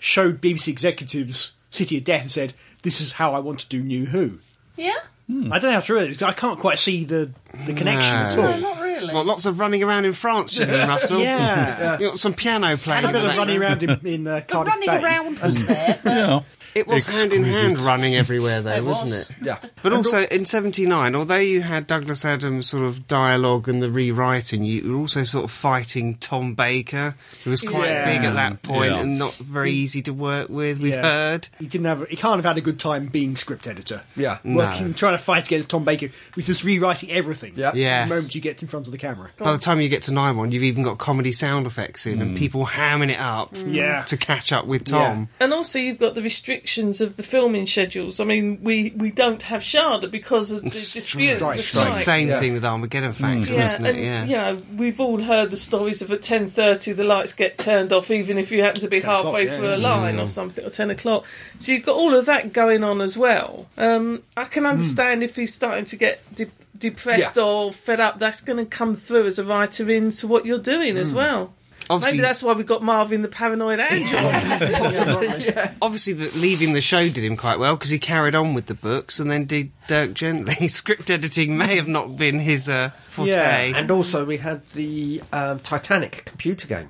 D: showed BBC executives City of Death and said, This is how I want to do New Who.
G: yeah?
D: I don't know how true it is, 'cause I can't quite see the, the connection
F: No.
D: at
G: No,
D: all.
G: not really.
F: Well, lots of running around in France, didn't you, Russell?
D: Yeah.
F: You got some piano
D: A
F: playing.
D: bit
F: in
D: of
F: the
D: running around in, in uh,
G: the
D: Cardiff
G: running
D: Bay.
G: around
D: Mm.
G: was there, but
F: It was hand in hand
A: Exquisite.
F: running everywhere, though, wasn't
G: was.
F: it?
B: Yeah.
F: But also in '79, although you had Douglas Adams' sort of dialogue and the rewriting, you were also sort of fighting Tom Baker, who was quite
D: Yeah.
F: big at that point
A: Yeah.
F: and not very easy to work with. We've
D: Yeah.
F: heard.
D: He didn't have. He can't have had a good time being script editor.
B: Yeah. No.
D: working, trying to fight against Tom Baker, who's just rewriting everything.
B: Yeah.
F: Yeah.
D: the moment you get in front of the camera.
F: By the time you get to nine one, you've even got comedy sound effects in
G: Mm.
F: and people hamming it up
D: Yeah.
F: to catch up with Tom.
E: And also, you've got the restrictions of the filming schedules. I mean, we, we don't have Sharda because of the dispute.
D: Strike,
E: the
D: strike.
E: strikes.
F: Same
B: Yeah.
F: thing with Armageddon Factor,
G: Mm.
E: Yeah,
F: wasn't it?
E: and
F: Yeah.
E: you know, we've all heard the stories of at ten thirty the lights get turned off, even if you happen to be
D: o'clock,
E: halfway
D: yeah,
E: through a line or something, or ten o'clock. So you've got all of that going on as well. Um, I can
D: Hmm.
E: understand if he's starting to get de- depressed
B: Yeah.
E: or fed up. That's going to come through as a writer into what you're doing
D: Hmm.
E: as well.
F: Obviously,
E: Maybe that's why we got Marvin the paranoid angel.
F: obviously the, leaving the show did him quite well because he carried on with the books and then did Dirk Gently. Script editing may have not been his uh, forte.
D: Yeah,
B: And also, we had the um, Titanic computer game.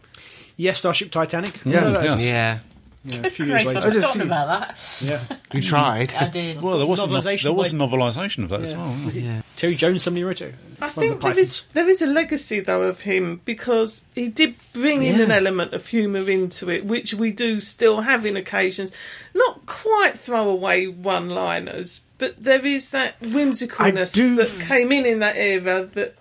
D: Yeah, Starship Titanic.
B: Yeah.
D: No, that's-
A: Yeah.
F: Yeah.
D: yeah, a few years
G: great,
D: later.
G: I'd
B: just
G: forgotten
B: feel-
G: about that.
D: Yeah.
F: You tried.
G: Mm. I did.
A: Well, there was a no-
D: Novelisation
A: there was a
D: by-
A: novelisation of that as well. wasn't there?
D: Terry Jones, somebody wrote it.
E: I
D: One of
E: think
D: the
E: there is
D: Pythons.
E: there is a legacy though of him because he did bring in an element of humour into it, which we do still have in occasions. Not quite throwaway one-liners, but there is that whimsicalness
D: I do-
E: that came in in that era that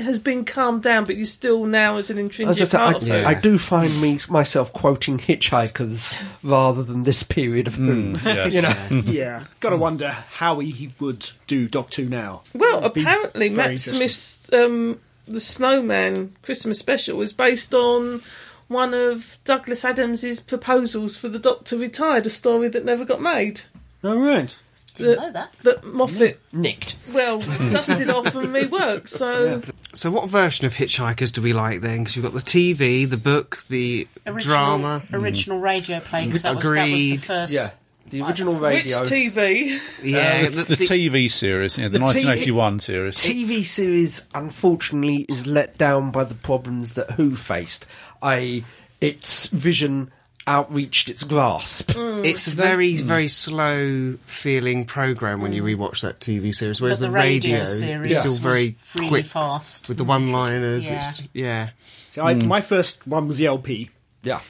E: has been calmed down, but you still now as an
B: As
E: intrinsic
B: I, said,
E: part of
B: I,
E: it.
B: I do find me myself quoting hitchhikers rather than this period of who.
A: yes.
B: You know,
D: yeah, gotta wonder how he, he would do Doc Two now.
E: Well,
D: It'd be
E: apparently
D: very
E: Matt
D: interesting.
E: Smith's um, The Snowman Christmas special was based on one of Douglas Adams's proposals for the Doctor retired, a story that never got made.
D: All right.
E: That,
G: know that.
E: that Moffat,
B: nicked.
D: Mm.
E: well, dusted off and reworked. So
F: So, what version of Hitchhikers do we like then? Because you've got the TV, the book, the
G: Original,
C: Uh,
F: drama. Mm.
G: original radio play because that, was- that was the
F: Agreed.
G: first.
B: Yeah, the original
E: which
B: radio.
E: TV?
F: Yeah,
A: the, the TV series, yeah, the,
B: the
A: 1981 series.
B: TV series, unfortunately, is let down by the problems that Who faced, i.e., its vision outreached its grasp.
G: Mm.
F: it's a very, very slow feeling program when you rewatch that TV series, whereas
G: Mm. But the,
F: the
G: radio,
F: radio is
G: series
F: still
G: was
F: very
G: really
F: quick
G: fast.
F: with the one-liners.
G: Yeah.
F: It's- yeah.
D: So
B: Hmm.
D: I, my first one was the LP.
B: Yeah.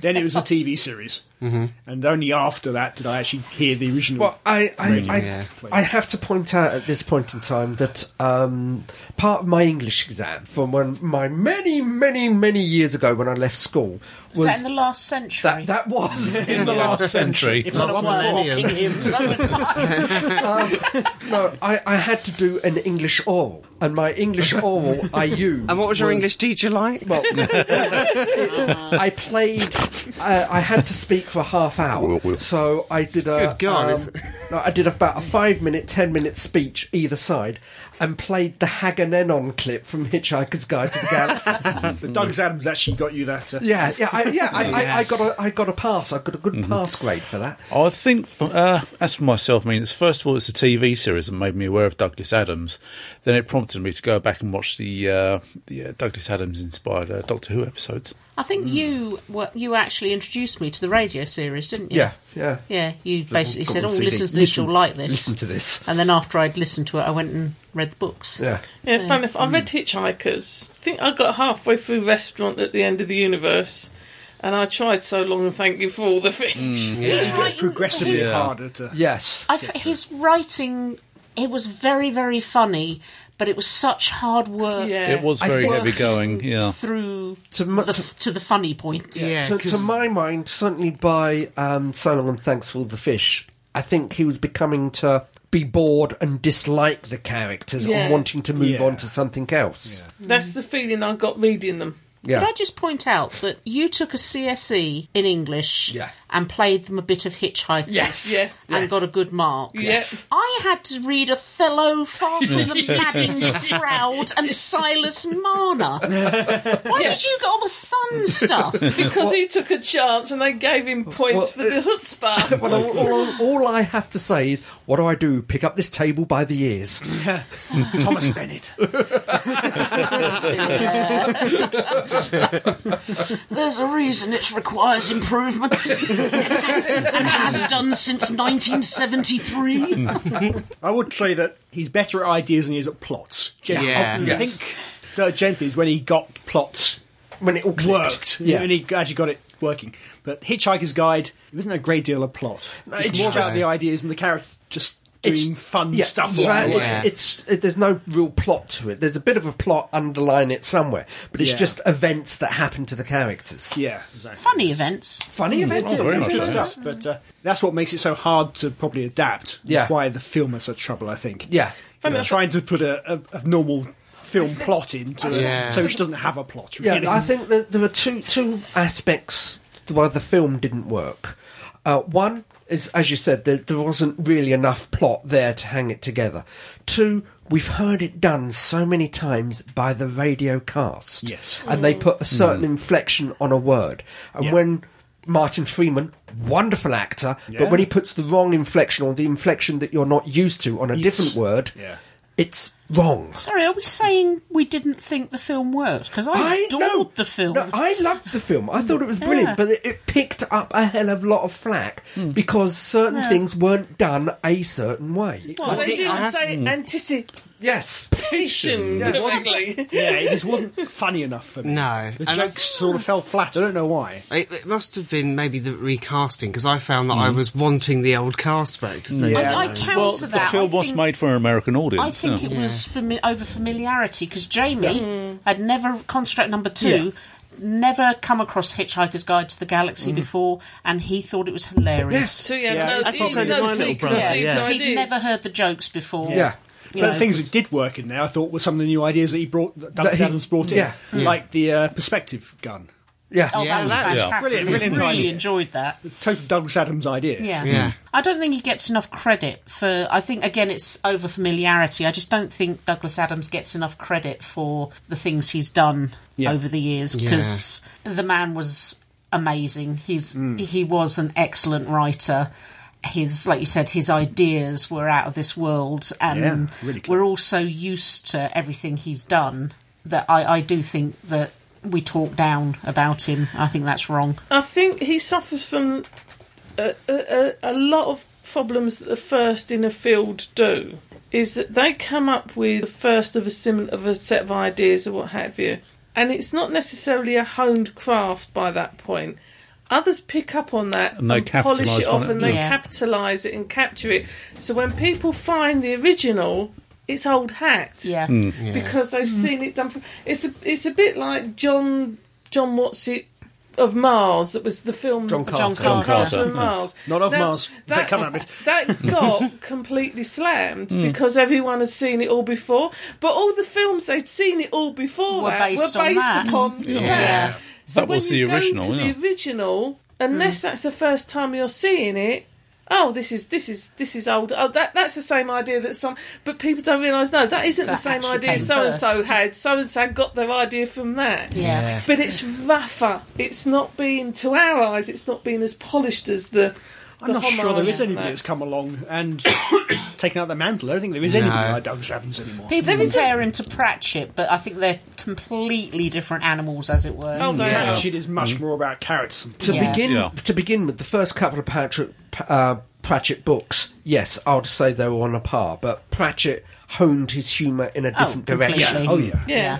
D: Then it was the TV series, mm-hmm. and only after that did I actually hear the original.
B: Well, I I, I,
F: yeah.
B: I have to point out at this point in time that um, part of my English exam from when my many, many, many years ago when I left school was
G: Was that in the last century?
B: that, that was in the last
A: Last century.
G: Not
F: Last
G: a one
F: millennium.
G: walking him. So was I.
B: No, I, I had to do an English oral, and my English oral I used.
F: And what was your English teacher like?
B: Well, I played. I, I had to speak for half hour,
A: Well, well.
B: so I did a.
F: Good God,
B: um,
F: is-
B: Like, I did about a five minute, ten minute speech either side and played the Haganenon clip from Hitchhiker's Guide to the Galaxy.
D: The Doug's Adams actually got you that. Uh,
B: yeah, yeah, I, yeah, I, I, I, got a, I got a pass. I got a good pass grade for that.
A: I think, for, uh, as for myself, I mean, it's, first of all, it's the TV series that made me aware of Douglas Adams. Then it prompted me to go back and watch the uh, the uh, Douglas Adams inspired uh, Doctor Who episodes.
C: I think
B: Mm.
C: you were, you actually introduced me to the radio series, didn't you?
B: Yeah, yeah.
C: Yeah, you basically
B: Got
C: said,
B: my
C: "Oh,
B: CD.
C: listen to this, you'll like this."
B: Listen to this.
C: And then after I'd listened to it, I went and read the books.
B: Yeah.
E: Yeah, fun enough. I read Hitchhikers. I think I got halfway through Restaurant at the End of the Universe, and I tried so long and thank you for all the fish.
D: Mm.
C: He's writing-
D: progressively
C: his-
D: harder to.
B: Yes.
C: I f- his writing, it was very, very funny, but it was such hard work
E: Yeah.
A: It was
B: I
A: very
B: think-
A: heavy going, yeah.
C: through
B: To
C: to,
B: mu-
C: the,
B: to-
C: to, the funny points.
F: Yeah,
B: to, to
F: 'cause-
B: my mind, certainly by um, So Long and Thanks for the Fish, I think he was becoming to be bored and dislike the characters
E: Yeah.
B: and wanting to move
D: Yeah.
B: on to something else.
E: That's the feeling I got reading them.
B: Yeah.
C: Could I just point out that you took a CSE in English
B: Yeah.
C: and played them a bit of Hitchhiker?
B: Yes.
E: Yeah.
C: And
B: Yes.
C: got a good mark.
E: Yes.
C: I had to read Othello, Far from the Madding Crowd, and Silas Marner. Why did you get all the fun stuff?
E: Because he took a chance and they gave him points
B: Well, uh,
E: for the chutzpah.
B: Well, all, all, all I have to say is, what do I do? Pick up this table by the ears.
D: Thomas Bennett.
C: There's a reason it requires improvement and has done since 1973.
D: I would say that he's better at ideas than he is at plots. Gen-
F: Yeah.
D: I,
B: Yes.
D: think Dirk Gently's when he got plots
B: When it all clicked.
D: worked,
B: Yeah.
D: when he actually got it working. But Hitchhiker's Guide, there isn't a great deal of plot. it's,
B: it's
D: more
B: just-
D: about the ideas and the characters just doing
B: It's-
D: fun
B: yeah,
D: stuff.
B: yeah,
D: all the way.
F: Yeah.
B: It's, it's it, there's no real plot to it. There's a bit of a plot underlying it somewhere, but it's
D: Yeah.
B: just events that happen to the characters. Hmm.
D: Yeah, exactly.
C: Funny events.
B: Funny events.
A: Oh, very
D: It's
A: much
D: good
A: so.
D: stuff, but uh, that's what makes it so hard to probably adapt.
B: Yeah.
D: That's why the film has such trouble, I think.
B: Yeah.
D: You know, trying to put a, a, a normal film plot into it,
F: Yeah.
D: so which doesn't have a plot. Really.
B: Yeah, I think that there are two two aspects to why the film didn't work. Uh, one is, as you said, there, there wasn't really enough plot there to hang it together. Two, we've heard it done so many times by the radio cast.
D: Yes.
B: and they put a certain inflection on a word, and
D: Yeah.
B: when. Martin Freeman, wonderful actor, but when he puts the wrong inflection or the inflection that you're not used to on a different word,
D: Yeah.
B: it's wrong.
C: Sorry, are we saying we didn't think the film worked? Because I, adored
B: know.
C: the film.
B: No, I loved the film. I thought it was brilliant,
C: Yeah.
B: but it, it picked up a hell of a lot of flack because certain things weren't done a certain way.
E: Well, they didn't say anticipation
B: Yes.
E: correctly.
D: yeah, it just wasn't funny enough for me.
F: No.
D: the
F: And I-
D: jokes sort of fell flat. I don't know why.
F: It, it must have been maybe the recasting because I found that I was wanting the old cast back to see.
C: I, I
D: Yeah.
C: counter
A: Well, the
C: that. I
A: film was
C: think-
A: made for an American audience.
C: I think
A: yeah.
C: it was fami- over familiarity because Jamie had never construct number two, never come across Hitchhiker's Guide to the Galaxy before, and he thought it was hilarious.
E: So yeah,
D: Yeah,
E: no,
D: that's
E: he-
D: also
E: no,
F: my
E: he
F: little brother,
E: conceived
F: yeah.
C: because
E: the
C: he'd
E: ideas.
C: never heard the jokes before.
B: Yeah.
D: But
C: You
D: the
C: know.
D: things that did work in there, I thought, were some of the new ideas that he brought, that Douglas
B: he-
D: Adams brought in,
B: yeah.
D: like the uh, perspective gun.
B: Yeah.
C: Oh,
F: Yeah,
C: that was
F: that's-
A: yeah.
C: fantastic.
D: Brilliant, brilliant
C: really
D: idea.
C: enjoyed that.
D: Total Douglas Adams idea.
C: Yeah.
F: Yeah.
C: I don't think he gets enough credit for. I think again, it's over familiarity. I just don't think Douglas Adams gets enough credit for the things he's done
D: Yeah.
C: over the years because the man was amazing. He's
D: Mm.
C: he was an excellent writer. His, like you said, his ideas were out of this world, and
D: Yeah, really clever.
C: we're all so used to everything he's done that I, I do think that we talk down about him. I think that's wrong.
E: I think he suffers from a, a, a a lot of problems that the first in a field do. Is that they come up with the first of a sim- of a set of ideas or what have you, and it's not necessarily a honed craft by that point. Others pick up on that
A: And they
E: polish
A: capitalise
E: it off
A: on it,
E: and they
C: yeah.
E: capitalise it and capture it. So when people find the original, it's old hat
C: Yeah.
A: Hmm.
E: because they've seen it done. For, it's a it's a bit like John John What's it of Mars that was the film
B: John Carter.
C: John Carter.
A: Carter.
E: of Mars.
D: Not of Mars. They come at me. Mm.
E: that got completely slammed because everyone had seen it all before. But all the films they'd seen it all before
C: Were
E: that
C: based
E: were
C: on
E: based
C: that.
E: upon that. So
A: That
E: when
A: was
E: you
A: the original,
E: Go to
A: yeah.
D: Mm.
E: The original, unless that's the first time you're seeing it. oh, this is this is this is old. Oh, that that's the same idea that some, but people don't realise. No, that isn't
G: That
E: the same
G: actually
E: idea.
G: came
E: So and so
G: first.
E: had. So and so got their idea from that.
G: Yeah.
E: But it's rougher. It's not being to our eyes. It's not being as polished as the.
D: I'm
E: the
D: not sure there
E: homage
D: is anybody
E: that.
D: that's come along and taken out the mantle. I don't think there is anybody
F: No.
D: like Doug Savins anymore.
G: People compare him to Pratchett, but I think they're completely different animals, as it were.
E: Oh, they are.
D: Pratchett is much
B: Mm.
D: more about carrots. And
B: to
G: Yeah.
B: begin
A: Yeah.
B: to begin with the first couple of Patrick, uh, Pratchett books, yes, I would say they were on a par, but Pratchett honed his humour in a
G: Oh,
B: different direction.
G: completely.
D: Oh yeah.
E: Yeah.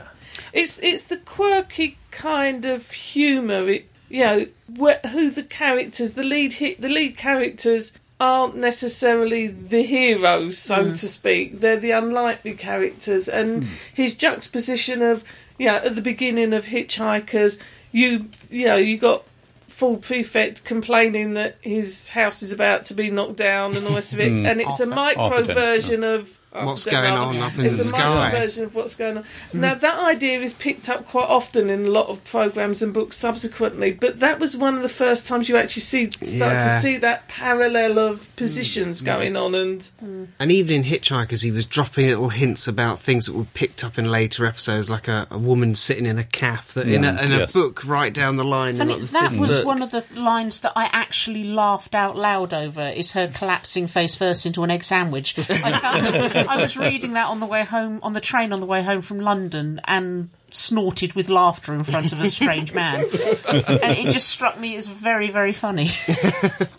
E: It's it's the quirky kind of humour. It, you know, wh- who the characters, the lead hi- the lead characters aren't necessarily the heroes, so to speak. They're the unlikely characters, and his juxtaposition of you know at the beginning of Hitchhikers, you you know you got. Full prefect complaining that his house is about to be knocked down and all the rest of it, and it's a
G: Arthur.
E: micro
A: Arthur Dent,
E: version of oh,
F: What's
E: Dent
F: going
E: Robin.
F: on up in
E: it's
F: the
E: a
F: sky?
E: micro version of what's going on. Now that idea is picked up quite often in a lot of programs and books subsequently, but that was one of the first times you actually see start
F: Yeah.
E: to see that parallel of positions going on and
F: And even in Hitchhikers, he was dropping little hints about things that were picked up in later episodes, like a, a woman sitting in a calf that in, a, in
A: Yes.
F: a book right down the line. in,
C: Funny,
F: like, the
C: that
F: fifth
C: was
F: book.
C: one of the th- lines that I actually laughed out loud over. Is her collapsing face first into an egg sandwich? I, found, I was reading that on the way home, on the train on the way home from London, and snorted with laughter in front of a strange man. and it just struck me as very, very funny.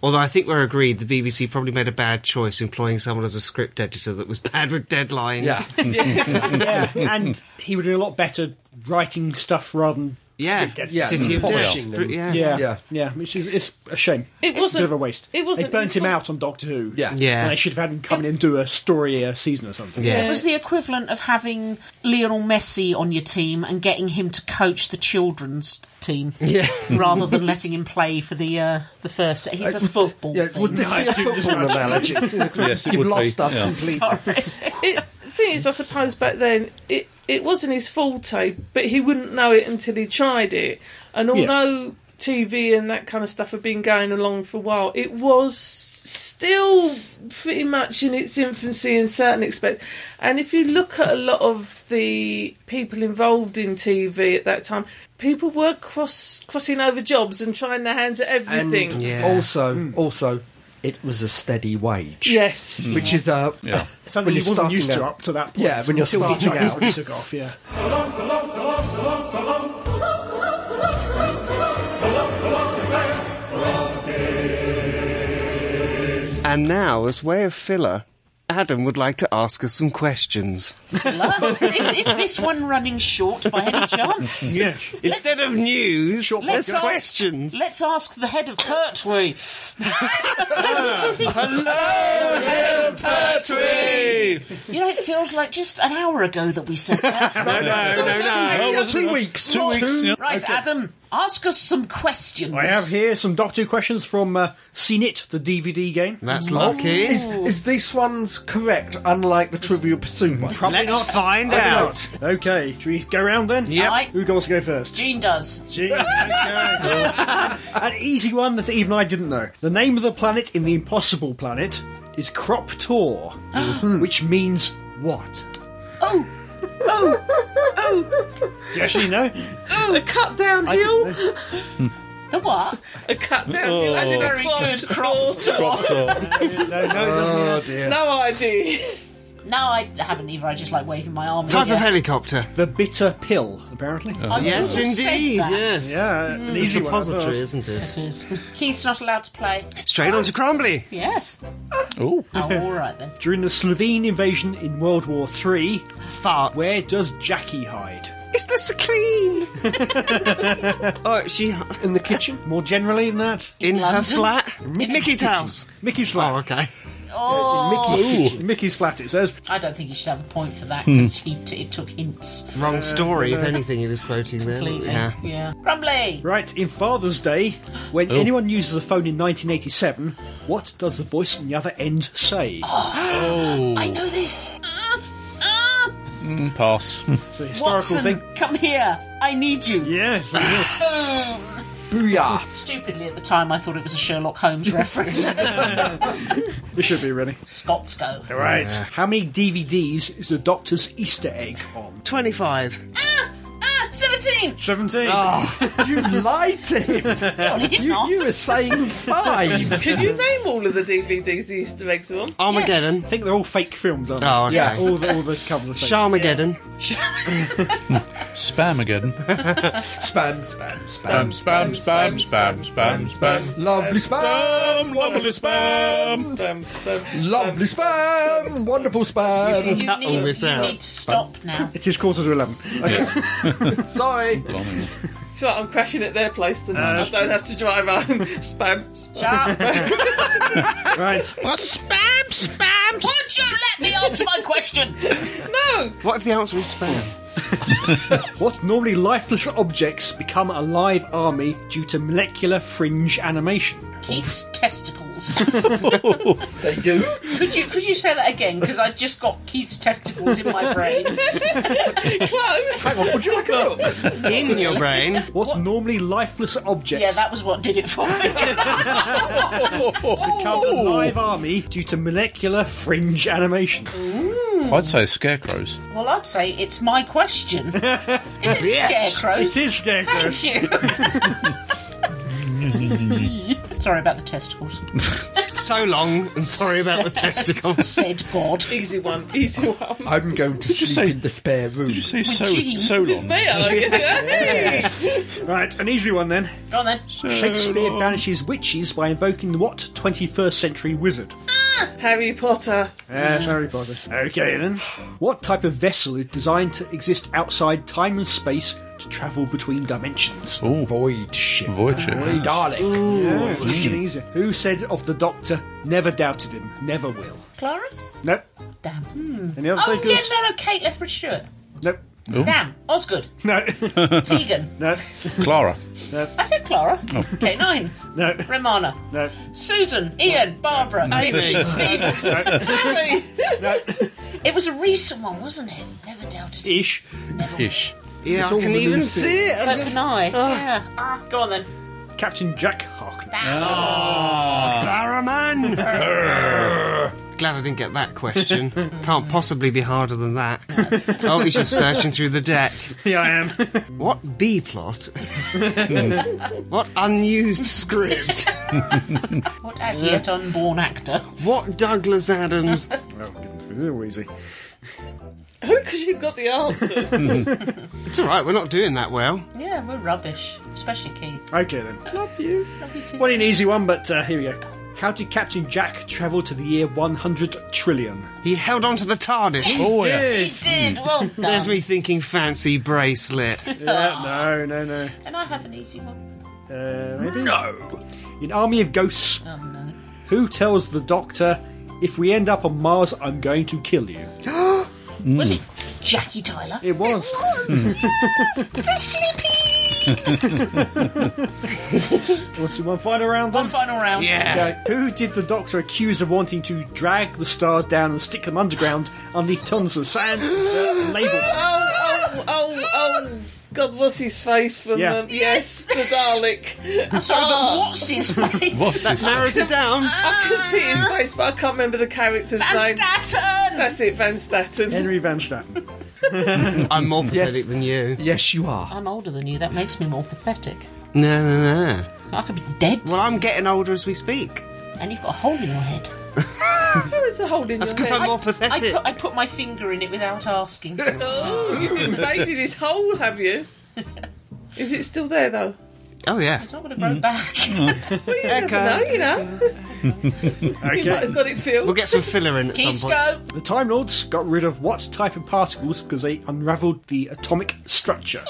F: Although I think we're agreed, the BBC probably made a bad choice employing someone as a script editor that was bad with deadlines.
B: Yeah.
D: yeah, and he would do a lot better writing stuff rather than
F: Yeah.
D: script editing.
B: Yeah,
F: City of
B: polishing
F: Death.
B: them.
F: Yeah.
D: yeah,
B: Yeah.
D: yeah, Which is it's a shame.
E: It
D: it's a bit
E: wasn't-
D: of a waste.
E: it wasn't
D: They burnt him
E: useful.
D: out on Doctor Who.
B: Yeah.
F: Yeah.
D: and they should have had him come in and do a story a season or something.
F: Yeah.
C: It was the equivalent of having Lionel Messi on your team and getting him to coach the children's team,
F: Yeah.
C: rather than letting him play for the uh, the first. He's a football.
B: Yeah,
C: thing.
B: would this be a football analogy?
A: Yes, it
B: You've
A: would
B: lost
A: be,
B: us
A: yeah.
B: completely.
E: it, the thing is, I suppose back then it it wasn't his forte, but he wouldn't know it until he tried it. And although TV and that kind of stuff had been going along for a while, it was still pretty much in its infancy in certain aspects. And if you look at a lot of the people involved in TV at that time, people were cross crossing over jobs and trying their hands at
B: And
E: everything.
F: Yeah.
B: also, also, it was a steady wage,
E: Yes.
B: which is a
A: Mm. Yeah.
D: Something
B: When you're
D: he wasn't
B: starting
D: used to
B: out-
D: up to that point.
B: Yeah, when you're
D: until he
B: starting
D: tried-
B: out.
D: he took off. Yeah,
F: And now, as way of filler, Adam would like to ask us some questions.
C: is, is this one running short by any chance?
D: yeah.
F: Instead of news,
C: Let's
F: there's
C: ask-
F: questions.
C: Let's ask the head of Pertwee.
A: Pertwee!
C: You know, it feels like just an hour ago that we said that.
F: no, no, no.
B: Oh, two weeks,
A: Two weeks. yeah.
C: right, Adam, ask us some questions.
D: I have here some Doctor Who questions from uh, Seen It, the DVD game.
F: That's lucky.
B: Is, is this one's correct? Unlike the Trivial Pursuit one,
F: Let's find out.
D: Okay, should we go round then?
F: Yep.
C: Right.
D: Who wants to go first?
C: Gene does.
D: Gee, okay. An easy one that even I didn't know. The name of the planet in the Impossible Planet is Croptor, which means what?
C: Oh, oh, oh.
D: Do you actually know?
E: Oh, a cut down
D: I didn't
E: hill,
D: know.
C: The what?
E: a cut down hill. As you know,
C: Very
E: clogged
C: good crops.
E: floor.
A: Crop top.
D: No, no, it doesn't
C: Uh,
D: mean that.
E: No idea.
C: No, I haven't either. I just like waving my arm. in
F: Type
C: the
F: of
C: air.
F: helicopter.
D: The bitter pill, apparently.
C: I would've
F: Yes,
C: said
F: indeed.
C: that.
F: Yes.
D: Yeah, an
F: It's
D: easy
F: a
D: one. Oh, I
F: repository,
D: thought.
F: isn't it?
C: It is. Keith's not allowed to play.
F: Straight on to Crumbly.
C: Yes.
A: Ooh.
C: Oh, all right then.
D: During the Slovene invasion in World War Three,
F: Farts.
D: where does Jackie hide?
F: It's the so clean. oh, she
B: in the kitchen.
D: More generally than that,
F: in her
C: London?
F: flat. Mickey's house.
D: Mickey's
F: Oh,
D: flat.
F: okay. Oh.
D: Mickey's, Mickey's flat. It says.
C: I don't think he should have a point for that because he t- it took hints.
F: Wrong story. if anything, he was quoting there.
C: Completely.
F: Yeah.
C: yeah. Grumbly.
D: Right, in Father's Day, when
F: Oh.
D: anyone uses a phone in 1987, what does the voice on the other end say?
F: Oh,
C: I know this. Ah, ah.
A: Pass.
D: it's a historical
C: Watson,
D: thing.
C: come here. I need you.
D: Yeah, it's really good.
C: Boom.
B: Booyah!
C: Stupidly at the time, I thought it was a Sherlock Holmes reference.
D: It should be really.
C: Scots go.
D: Right. How many DVDs is the Doctor's Easter egg on?
F: 25.
C: Ah, ah, 17!
D: 17.
B: You lied to him.
C: Well, he did
B: You,
C: not.
B: you were saying five.
E: Can you name all of the DVDs the Easter eggs are on?
F: Armageddon.
D: I think they're all fake films, aren't they?
F: Oh, okay.
B: Yes.
D: All the, all the covers are fake.
F: Sharmageddon.
A: Spamageddon.
B: spam, spam, spam,
A: spam, spam, spam, spam, spam.
B: Lovely spam,
A: Lovely spam.
E: Spam, spam.
B: lovely spam, wonderful
C: You
B: spam.
C: need,
F: all
C: you need
F: this out.
C: to stop now.
D: It is quarter to 11.
B: Sorry.
E: So I'm crashing at their place tonight. I don't have to drive home. Spam. spam.
C: Shut up.
D: right.
A: What's spam? Spam.
C: Would you let me answer my question?
E: No!
F: What if the answer is spam?
D: What normally lifeless objects become a live army due to molecular fringe animation?
C: Keith's testicles.
B: They do.
C: Could you could you say that again? Because I just got Keith's testicles in my brain.
E: Close!
B: Hang on, would you like a look?
F: In your brain.
D: What, normally lifeless objects
C: Yeah, that was what did it for me.
D: become a live army due to molecular fringe animation?
A: I'd say scarecrows.
C: well, I'd say it's my question. Is it
F: Yes,
C: scarecrows?
D: It is scarecrows.
C: Thank you. Sorry about the testicles.
F: So long, and sorry about the testicles.
C: Said God.
E: Easy one, easy one.
B: I'm going to
A: you
B: sleep
A: say-
B: in the spare room.
A: Did you say so?
C: gee.
A: Solon.
E: They are, yeah.
D: Right, an easy one then.
C: Uh, Go on then.
D: Shakespeare banishes witches by invoking what 21st century wizard?
E: Harry Potter.
D: Yes, Harry Potter. Okay then. What type of vessel is designed to exist outside time and space to travel between dimensions?
B: Void ship.
A: Void ship.
B: Void Dalek.
D: Yeah, it's getting easier. Who said of the Doctor, never doubted him, never will?
C: Clara?
D: Nope.
C: Damn.
D: Any other
C: Oh, yeah,
D: takers?
C: no, no, Kate Lethbridge Stewart.
D: Nope.
C: Damn. Osgood.
D: No.
C: Tegan.
D: No.
A: Clara.
C: I said Clara. K9.
D: No.
C: Romana.
D: No.
C: Susan, Ian, Barbara, Amy, Stephen, Harry. It was a recent one, wasn't it? Never doubted it.
D: Ish.
A: Ish.
F: Yeah, I can even see it.
C: So can I. Yeah. Ah, go on then.
D: Captain Jack Harkness.
F: Barraman! Glad I didn't get that question. Can't possibly be harder than that. oh, he's just searching through the deck.
D: Yeah, I am.
F: What B plot? Hmm. what unused script?
C: What as yet unborn actor?
F: What Douglas Adams?
D: They're easy.
E: Because you got the answers.
F: It's alright, we're not doing that well.
C: Yeah, we're rubbish, especially Keith.
D: Okay then. Love you. What an easy one, but uh, here we go. How did Captain Jack travel to the year 100 trillion?
F: He held on to the TARDIS.
A: Oh yeah.
C: He did. Well done.
F: There's me thinking fancy bracelet.
D: Yeah, no, no, no.
C: Can I have an easy one?
D: Uh, maybe? No! In Army of Ghosts, who tells the Doctor, if we end up on Mars, I'm going to kill you?
C: Was it Jackie Tyler? Hmm.
D: It was.
C: was. yes. The sleepy.
D: What's one final round
C: One
D: then?
C: final round.
F: Yeah.
D: Who did the Doctor accuse of wanting to drag the stars down and stick them underground underneath tons of sand and label them?
E: oh, oh, oh, oh. God, what's his face from.
D: Yeah.
E: Um, yes, the Dalek.
C: I'm sorry, but what's his face?
A: What's his
F: Narrows it down.
E: I can see his face, but I can't remember the character's
C: Van
E: name.
C: Staten.
E: That's it, Van Staten.
D: Henry Van Staten.
F: I'm more pathetic than you.
B: Yes, you are.
C: I'm older than you. That makes me more pathetic.
F: No, no, no.
C: I could be dead,
F: Well, I'm getting older as we speak.
C: and you've got a hole in your head.
E: Where is the hole in
F: That's
E: your
F: because
E: head?
F: I'm more
C: I
F: pathetic.
C: put, I put my finger in it without asking.
E: Oh, you've invaded his hole, have you? Is it still there though?
F: Oh, yeah.
C: It's not going to grow back.
E: Well, you never
F: Echo.
E: know, you know. You might
D: Okay.
E: have got it filled.
F: We'll get some filler in at some
C: Keith's
F: point.
C: go.
D: The Time Lords got rid of what type of particles because they unravelled the atomic structure?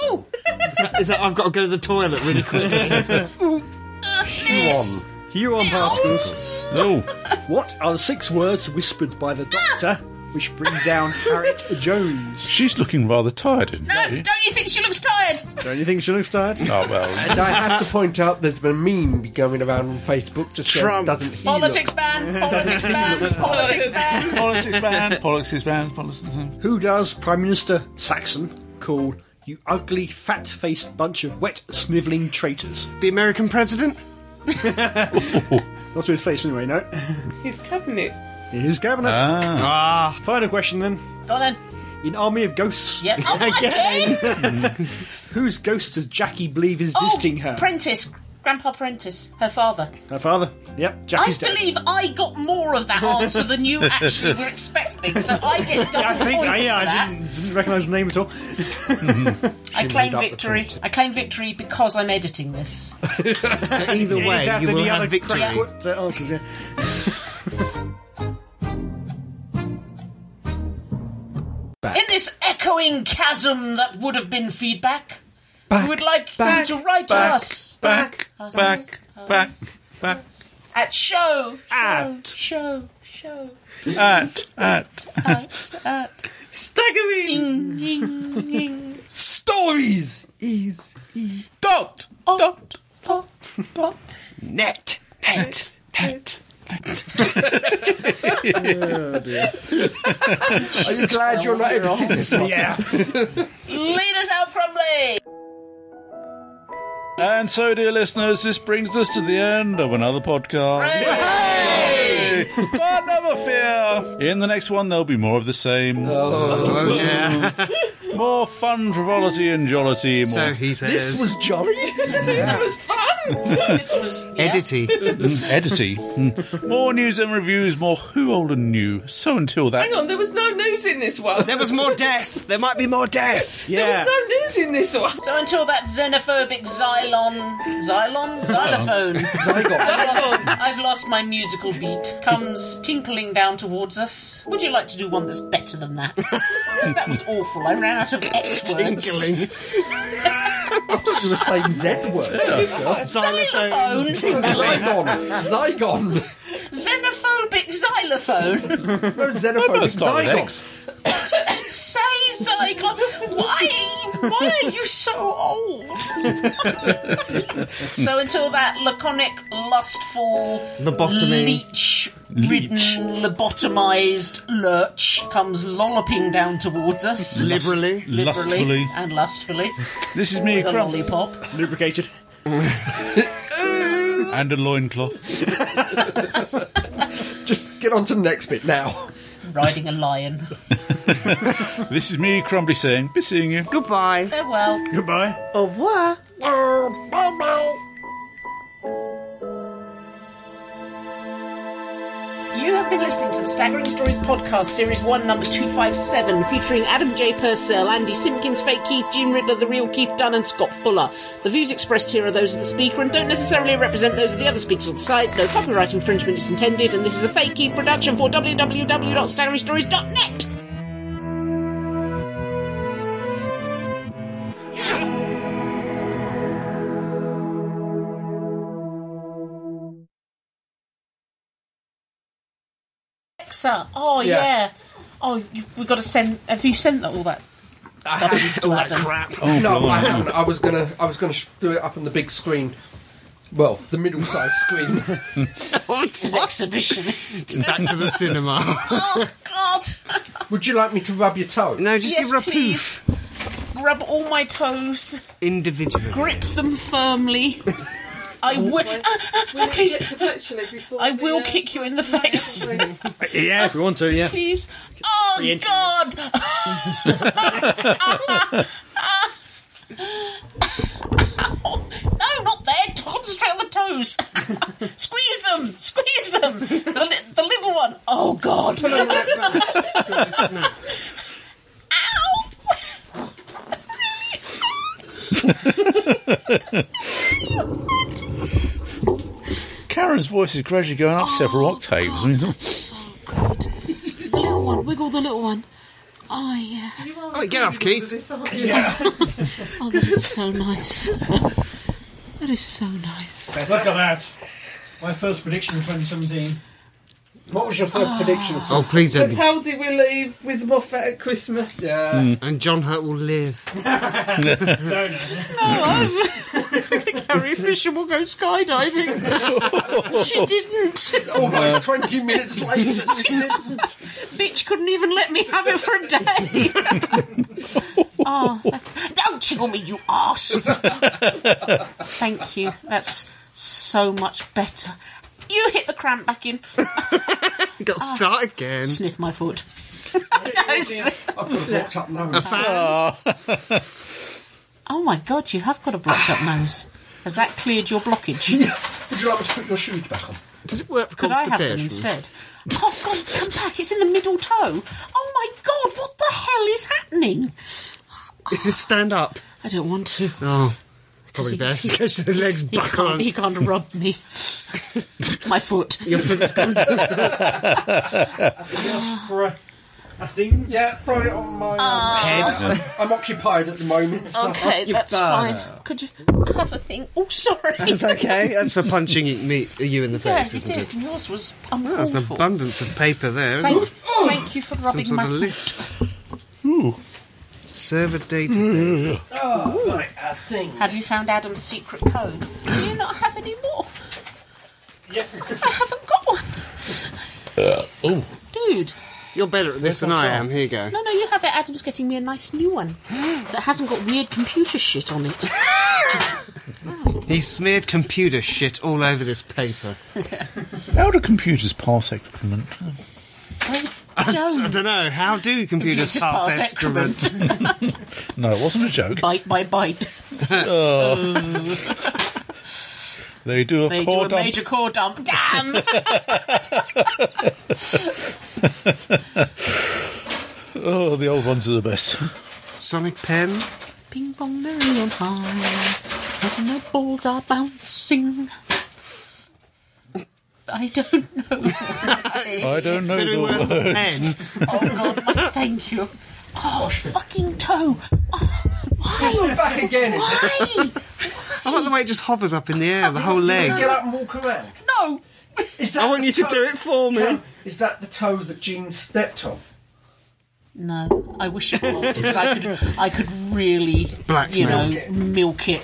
F: Is that I've got to go to the toilet really quickly?
C: Miss.
D: Huon particles.
A: No.
D: What are the six words whispered by the Doctor which bring down Harriet Jones?
A: She's looking rather tired, isn't
C: No,
A: she?
C: don't you think she looks tired?
D: Don't you think she looks tired?
A: Oh well.
B: And I have to point out there's been a meme going around on Facebook just says
F: Trump.
B: doesn't he
C: Politics
B: look-
C: ban. Politics ban. Politics
A: Politics
C: ban.
A: ban. Politics ban. Politics ban.
D: Who does Prime Minister Saxon call You ugly, fat faced bunch of wet, snivelling traitors.
F: The American president?
D: Not to his face, anyway, no.
E: His cabinet.
D: Here's cabinet.
A: Ah,
F: Ah,
D: Final question then.
C: Go on then.
D: In Army of Ghosts,
C: Yep. Oh, again.
D: whose ghost does Jackie believe is visiting her?
C: Prentice. Oh, Grandpa Prentice, her father.
D: her father. Yep, Jackie's
C: I
D: dead.
C: believe I got more of that answer than you actually were expecting, so I get double
D: I think,
C: points
D: I, yeah,
C: for that.
D: I didn't, didn't recognise the name at all.
C: I
B: made
C: claim
B: up the
C: victory.
B: point.
C: I claim victory because I'm editing this.
F: so either
D: Yeah,
F: way,
D: you'd have
F: you
D: to
F: will
D: be
F: have
D: other
F: victory.
D: crack what, uh, answers, yeah.
C: In this echoing chasm that would have been feedback, we would like
B: back,
C: you to write to
B: back,
C: us
A: back, back, back, back,
C: at show
D: At.
C: show show
A: at, at.
C: at, at
E: Staggering.
C: ding, ding, ding.
A: Stories is, is. Dot, dot.
C: Oh, oh.
F: Net. Net.
B: Are you glad you're not editing this one?
D: Yeah.
C: Lead us out, Brumley.
A: And so, dear listeners, this brings us to the end of another podcast. Yay! but never fear! In the next one, there'll be more of the same.
F: Oh, dear.
A: More fun, frivolity, and jollity. More
F: So he says.
B: This was jolly.
E: This was fun.
C: This was yeah.
F: Edity.
A: edity. Mm. more news and reviews, more who old and new. So until that
E: Hang on, there was no news in this one.
F: There was more death. There might be more death.
D: Yeah.
E: There was no news in this one.
C: So until that xenophobic Xylon, Xylon, xylophone.
B: Zygon.
C: I've lost, I've lost my musical beat. Comes tinkling down towards us. Would you like to do one that's better than that? Because that was awful. I ran out of X words.
F: Tinkling.
B: You were saying Z word. sir.
F: Xylophone.
B: Zygon. Zygon.
C: Xenophobic xylophone.
B: No xenophobic
A: Let's start with
B: Zygon.
A: X.
C: Say Zygon. Why? Why are you so old? so until that laconic, lustful,
F: Lobotomy.
C: leech. Ridden, lobotomized lurch comes lolloping down towards us.
F: Liberally.
A: Lustfully.
C: and lustfully
A: This is me,
C: with a
A: Crumley,
C: lollipop.
D: Lubricated.
A: and a loincloth.
B: Just get on to the next bit now.
C: riding a lion.
A: This is me, Crumbly, saying, be seeing you.
F: Goodbye.
C: Farewell.
D: Goodbye.
E: Au revoir.
C: You have been listening to the Staggering Stories podcast, series one, number two five seven, featuring Adam J. Purcell, Andy Simpkins, Fake Keith, Jim Riddler, the real Keith Dunn, and Scott Fuller. The views expressed here are those of the speaker and don't necessarily represent those of the other speakers on the site. No copyright infringement is intended, and this is a Fake Keith production for www.staggeringstories.net. Alexa. Oh yeah.
B: Yeah.
C: Oh, you, we got to send. Have you sent all that? gubbins to
F: All that
C: Adam?
F: crap.
A: Oh,
B: No, I
A: blimey.
B: haven't. I was gonna. I was gonna sh- do it up on the big screen. Well, the middle-sized screen.
C: An exhibitionist.
F: Back to the cinema.
C: oh God!
B: Would you like me to rub your toe?
F: No, just
C: yes,
F: give her a poof.
C: please. Rub all my toes.
F: Individually.
C: Grip them firmly. I will. uh, please. I will kick you in the uh, face.
D: Yeah, if we want to, yeah.
C: Please. Oh
D: Brilliant.
C: God! Oh, no, not there. Concentrate on the toes. squeeze them. Squeeze them. The, li- the little one. Oh God! Ow!
A: Karen's voice is gradually going up
C: Oh,
A: several octaves. I mean, it's-
I: So good. The little one, wiggle the little one. Oh yeah.
F: Oh, get off, Keith.
I: Oh, that is so nice. That is so nice.
D: Look at that. My first prediction in 2017.
B: What was your first prediction?
F: Oh, please, Andy.
E: Capaldi will leave with Moffat at Christmas.
B: Yeah.
C: Mm.
F: And John Hurt will live.
C: Oh, Carrie Fisher will go skydiving. she didn't.
B: Almost 20 minutes later, she didn't.
C: Bitch couldn't even let me have it for a day. Oh, that's, don't chew on me, you arse! Thank you. That's so much better. You hit the cramp back in.
F: Got
C: Ah.
F: to start again.
C: Sniff my foot. Don't sniff.
B: Blocked up nose.
F: A fan.
A: Ah.
C: oh my god, you have got a blocked up nose. Has that cleared your blockage?
B: Would you like me to put your shoes back on?
F: Does it work for
C: Could I have them
F: constipation?
C: instead? Oh god, come back! It's in the middle toe. Oh my god, what the hell is happening?
F: Stand up.
C: I don't want to.
F: Oh, probably best. Go to the legs
C: He
F: back
C: can't,
F: on.
C: he can't rub me. my foot.
F: Your foot's gone.
D: for a, a thing.
B: Yeah, throw it on my.
F: Head.
B: I'm occupied at the moment. So
C: Okay, that's fine. Could you have a thing? Oh, sorry.
F: It's okay. That's for punching it- me, you in the
C: Yeah,
F: face,
C: you
F: isn't
C: did,
F: it?
C: and yours was
F: That's an
C: unlawful.
F: abundance of paper there. isn't
C: Thank,
F: it?
C: thank you for
F: Some
C: rubbing
F: sort
C: my
F: of
C: foot.
F: list. Server database.
C: Have you found Adam's secret code? Do you not have any more?
D: Yes.
C: I haven't got one.
A: oh,
C: Dude.
F: You're better at this than I am. Here you go.
C: No, no, you have it. Adam's getting me a nice new one that hasn't got weird computer shit on it.
F: He smeared computer shit all over this paper.
A: how do computers pass excrement?
C: I
F: I
C: don't.
F: don't know. How do computers
C: Computers
F: pass
C: Oh. pass
F: excrement?
A: No, it wasn't a joke.
C: Bite by bite.
A: They do a
C: They do
A: core
C: a
A: dump.
C: major core dump. Damn!
A: Oh, the old ones are the best.
F: Sonic pen.
C: Ping pong merry on high, and the balls are bouncing. I don't know.
A: I don't know
F: Very
A: the
F: well,
A: words.
F: pen.
C: Oh God, my, thank you. Oh fucking toe! Oh, why?
B: back again. Is it?
C: Why?
F: I like the way it just hovers up in the air, the whole leg.
B: Get up and walk around.
C: No.
B: Is that
F: I want
B: the
F: you to
B: toe-
F: do it for me.
B: Cam, Is that the toe that Jean stepped on?
C: No, I wish it was because I could, I could really, you
F: Blackmail.
C: know, milk it.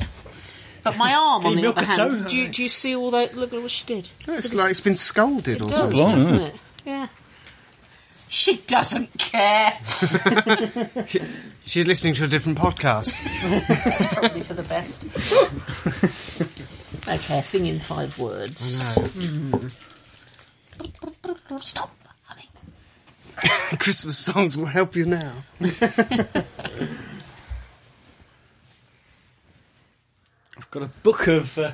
C: But my arm, on
D: you
C: the
D: milk
C: other
D: a toe,
C: hand,
D: though?
C: do you, do you see all that? Look at what she did.
F: It's like it's been scolded or
C: It
F: something.
C: does, doesn't it? Yeah. She doesn't care.
F: She's listening to a different podcast.
C: Probably for the best. okay, thing in five words. Mm. Stop humming.
F: Christmas songs will help you now.
D: I've got a book of uh,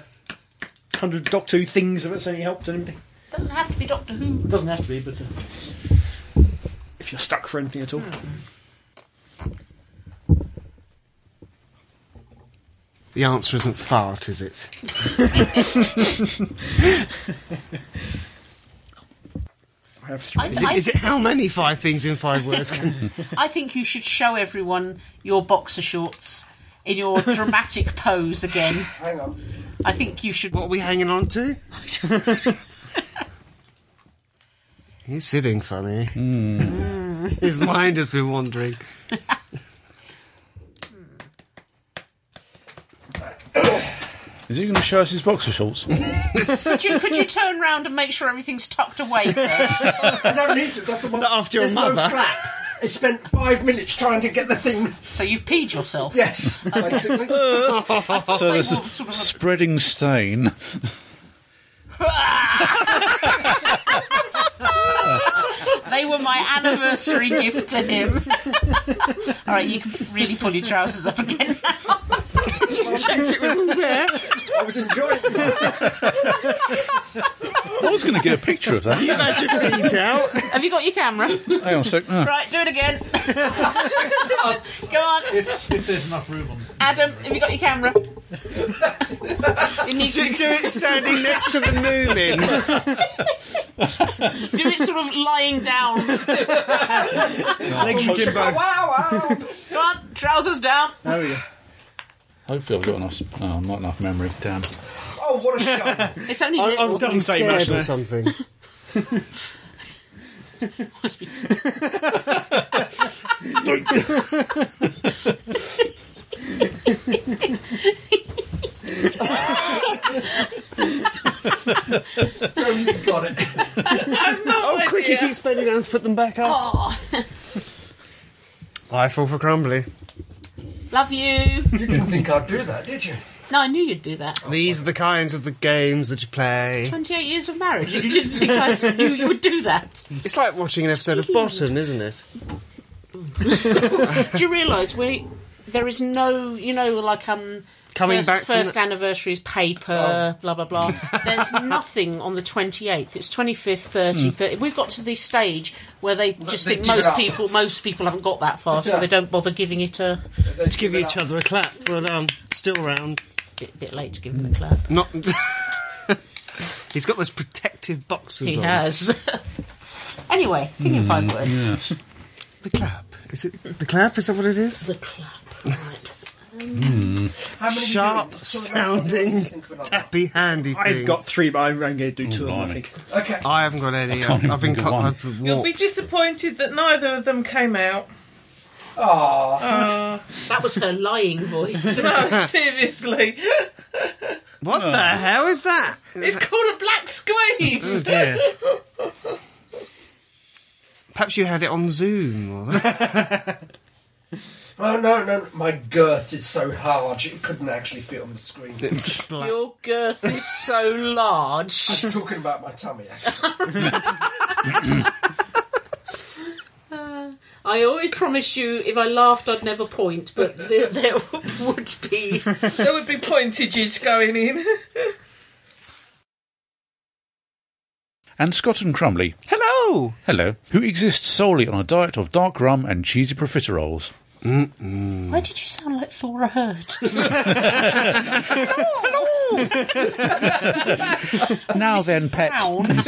D: 100 Doctor Who things if it's any help to anybody.
C: Doesn't have to be Doctor Who.
D: It doesn't have to be, but uh, if you're stuck for anything at all.
F: The answer isn't fart, is it?
D: I have three.
C: I,
F: Is it,
C: I,
F: is it how many five things in five words? Can,
C: I think you should show everyone your boxer shorts in your dramatic pose again.
B: Hang on.
C: I think you should.
F: what are we hanging on to? He's sitting funny. His mind has been wandering.
A: Is he going to show us his boxer shorts?
C: Could you, could you turn round and make sure everything's tucked away first?
B: I don't need to. That's the one.
F: Not after your
B: There's
F: mother.
B: No flap. It spent five minutes trying to get the thing.
C: so you've peed yourself.
B: Yes, basically.
A: so there's
C: Oh, They
A: this
C: want sort of a-
A: spreading stain.
C: They were my anniversary gift to him. All right, you can really pull your trousers up again.
F: it was all there.
B: I was enjoying it.
A: I was going to get a picture of that.
F: You've had your feet out.
C: Have you got your camera?
A: Hang on a sec. Ah,
C: Right, do it again. Go on.
J: If, if there's enough room on
C: Adam, have you got your camera? It needs to
F: Do, do it standing next to the moon in.
C: do it sort of lying down.
D: Legs
F: Oh,
D: in Jimbo.
B: Wow, wow.
C: Go on, trousers down.
D: There we go.
A: hopefully I've got enough. Oh, not enough memory. Damn.
B: Oh, what a show.
C: It's only
D: I-
C: little.
D: I've done- Doesn't say
F: Scared
D: much, no.
F: or something.
C: Must be-
B: No, you got it.
F: Oh, quick! He keeps bending down to put them back up.
C: Oh,
F: I fall for crumbly.
C: Love you.
B: You didn't think I'd do that, did you? Oh.
C: No, I knew you'd do that.
F: These are the kinds of the games that you play.
C: 28 years of marriage, and you didn't think I knew you would do that.
F: It's like watching an episode of Bottom, isn't it?
C: Do you realise we there is no you know like um
F: Coming
C: first,
F: back from
C: first
F: the- Oh.
C: anniversary is paid per blah blah blah. There's nothing on the 28th. It's 25th,
F: Hmm.
C: 30th. 30th. We've got to the stage where they just
B: they
C: think
B: give it
C: most
B: up.
C: people most people haven't got that far, so
B: Yeah.
C: they don't bother giving it a
F: To give each other a clap, but um, still round.
C: bit, bit late to give them the clap.
F: Not. He's got those protective boxes
C: He
F: on.
C: has. anyway, think in
F: Hmm,
C: five words.
A: Yes.
F: The clap. Is it the clap? Is that what it is?
C: The clap. Right.
B: How many
F: Sharp sounding, tappy handy thing.
D: I've got three, but I'm, going to do two of them, I
A: blimey.
D: think.
B: Okay.
F: I haven't got any.
A: I can't
F: I've,
A: even
F: I've been
A: think of
F: cut.
A: one.
F: I've
E: You'll be
F: walked.
E: disappointed that neither of them came out.
B: Aww.
E: Uh,
C: That was her lying voice.
E: no, seriously.
F: What the hell is that?
E: It's called a black
F: Oh
E: screen.
F: dear. Perhaps you had it on Zoom. Or
B: Oh no, no, no, my girth is so large it couldn't actually fit on the screen.
F: that.
C: Your girth is so large.
B: I'm talking about my tummy. Actually.
C: I always promised you if I laughed I'd never point, but there, there would be.
E: there would be pointages going in.
A: And Scott and Crumley,
F: Hello.
A: hello, who exists solely on a diet of dark rum and cheesy profiteroles.
C: Why did you sound like Thora Heard?
A: Now then, pet.
C: Down.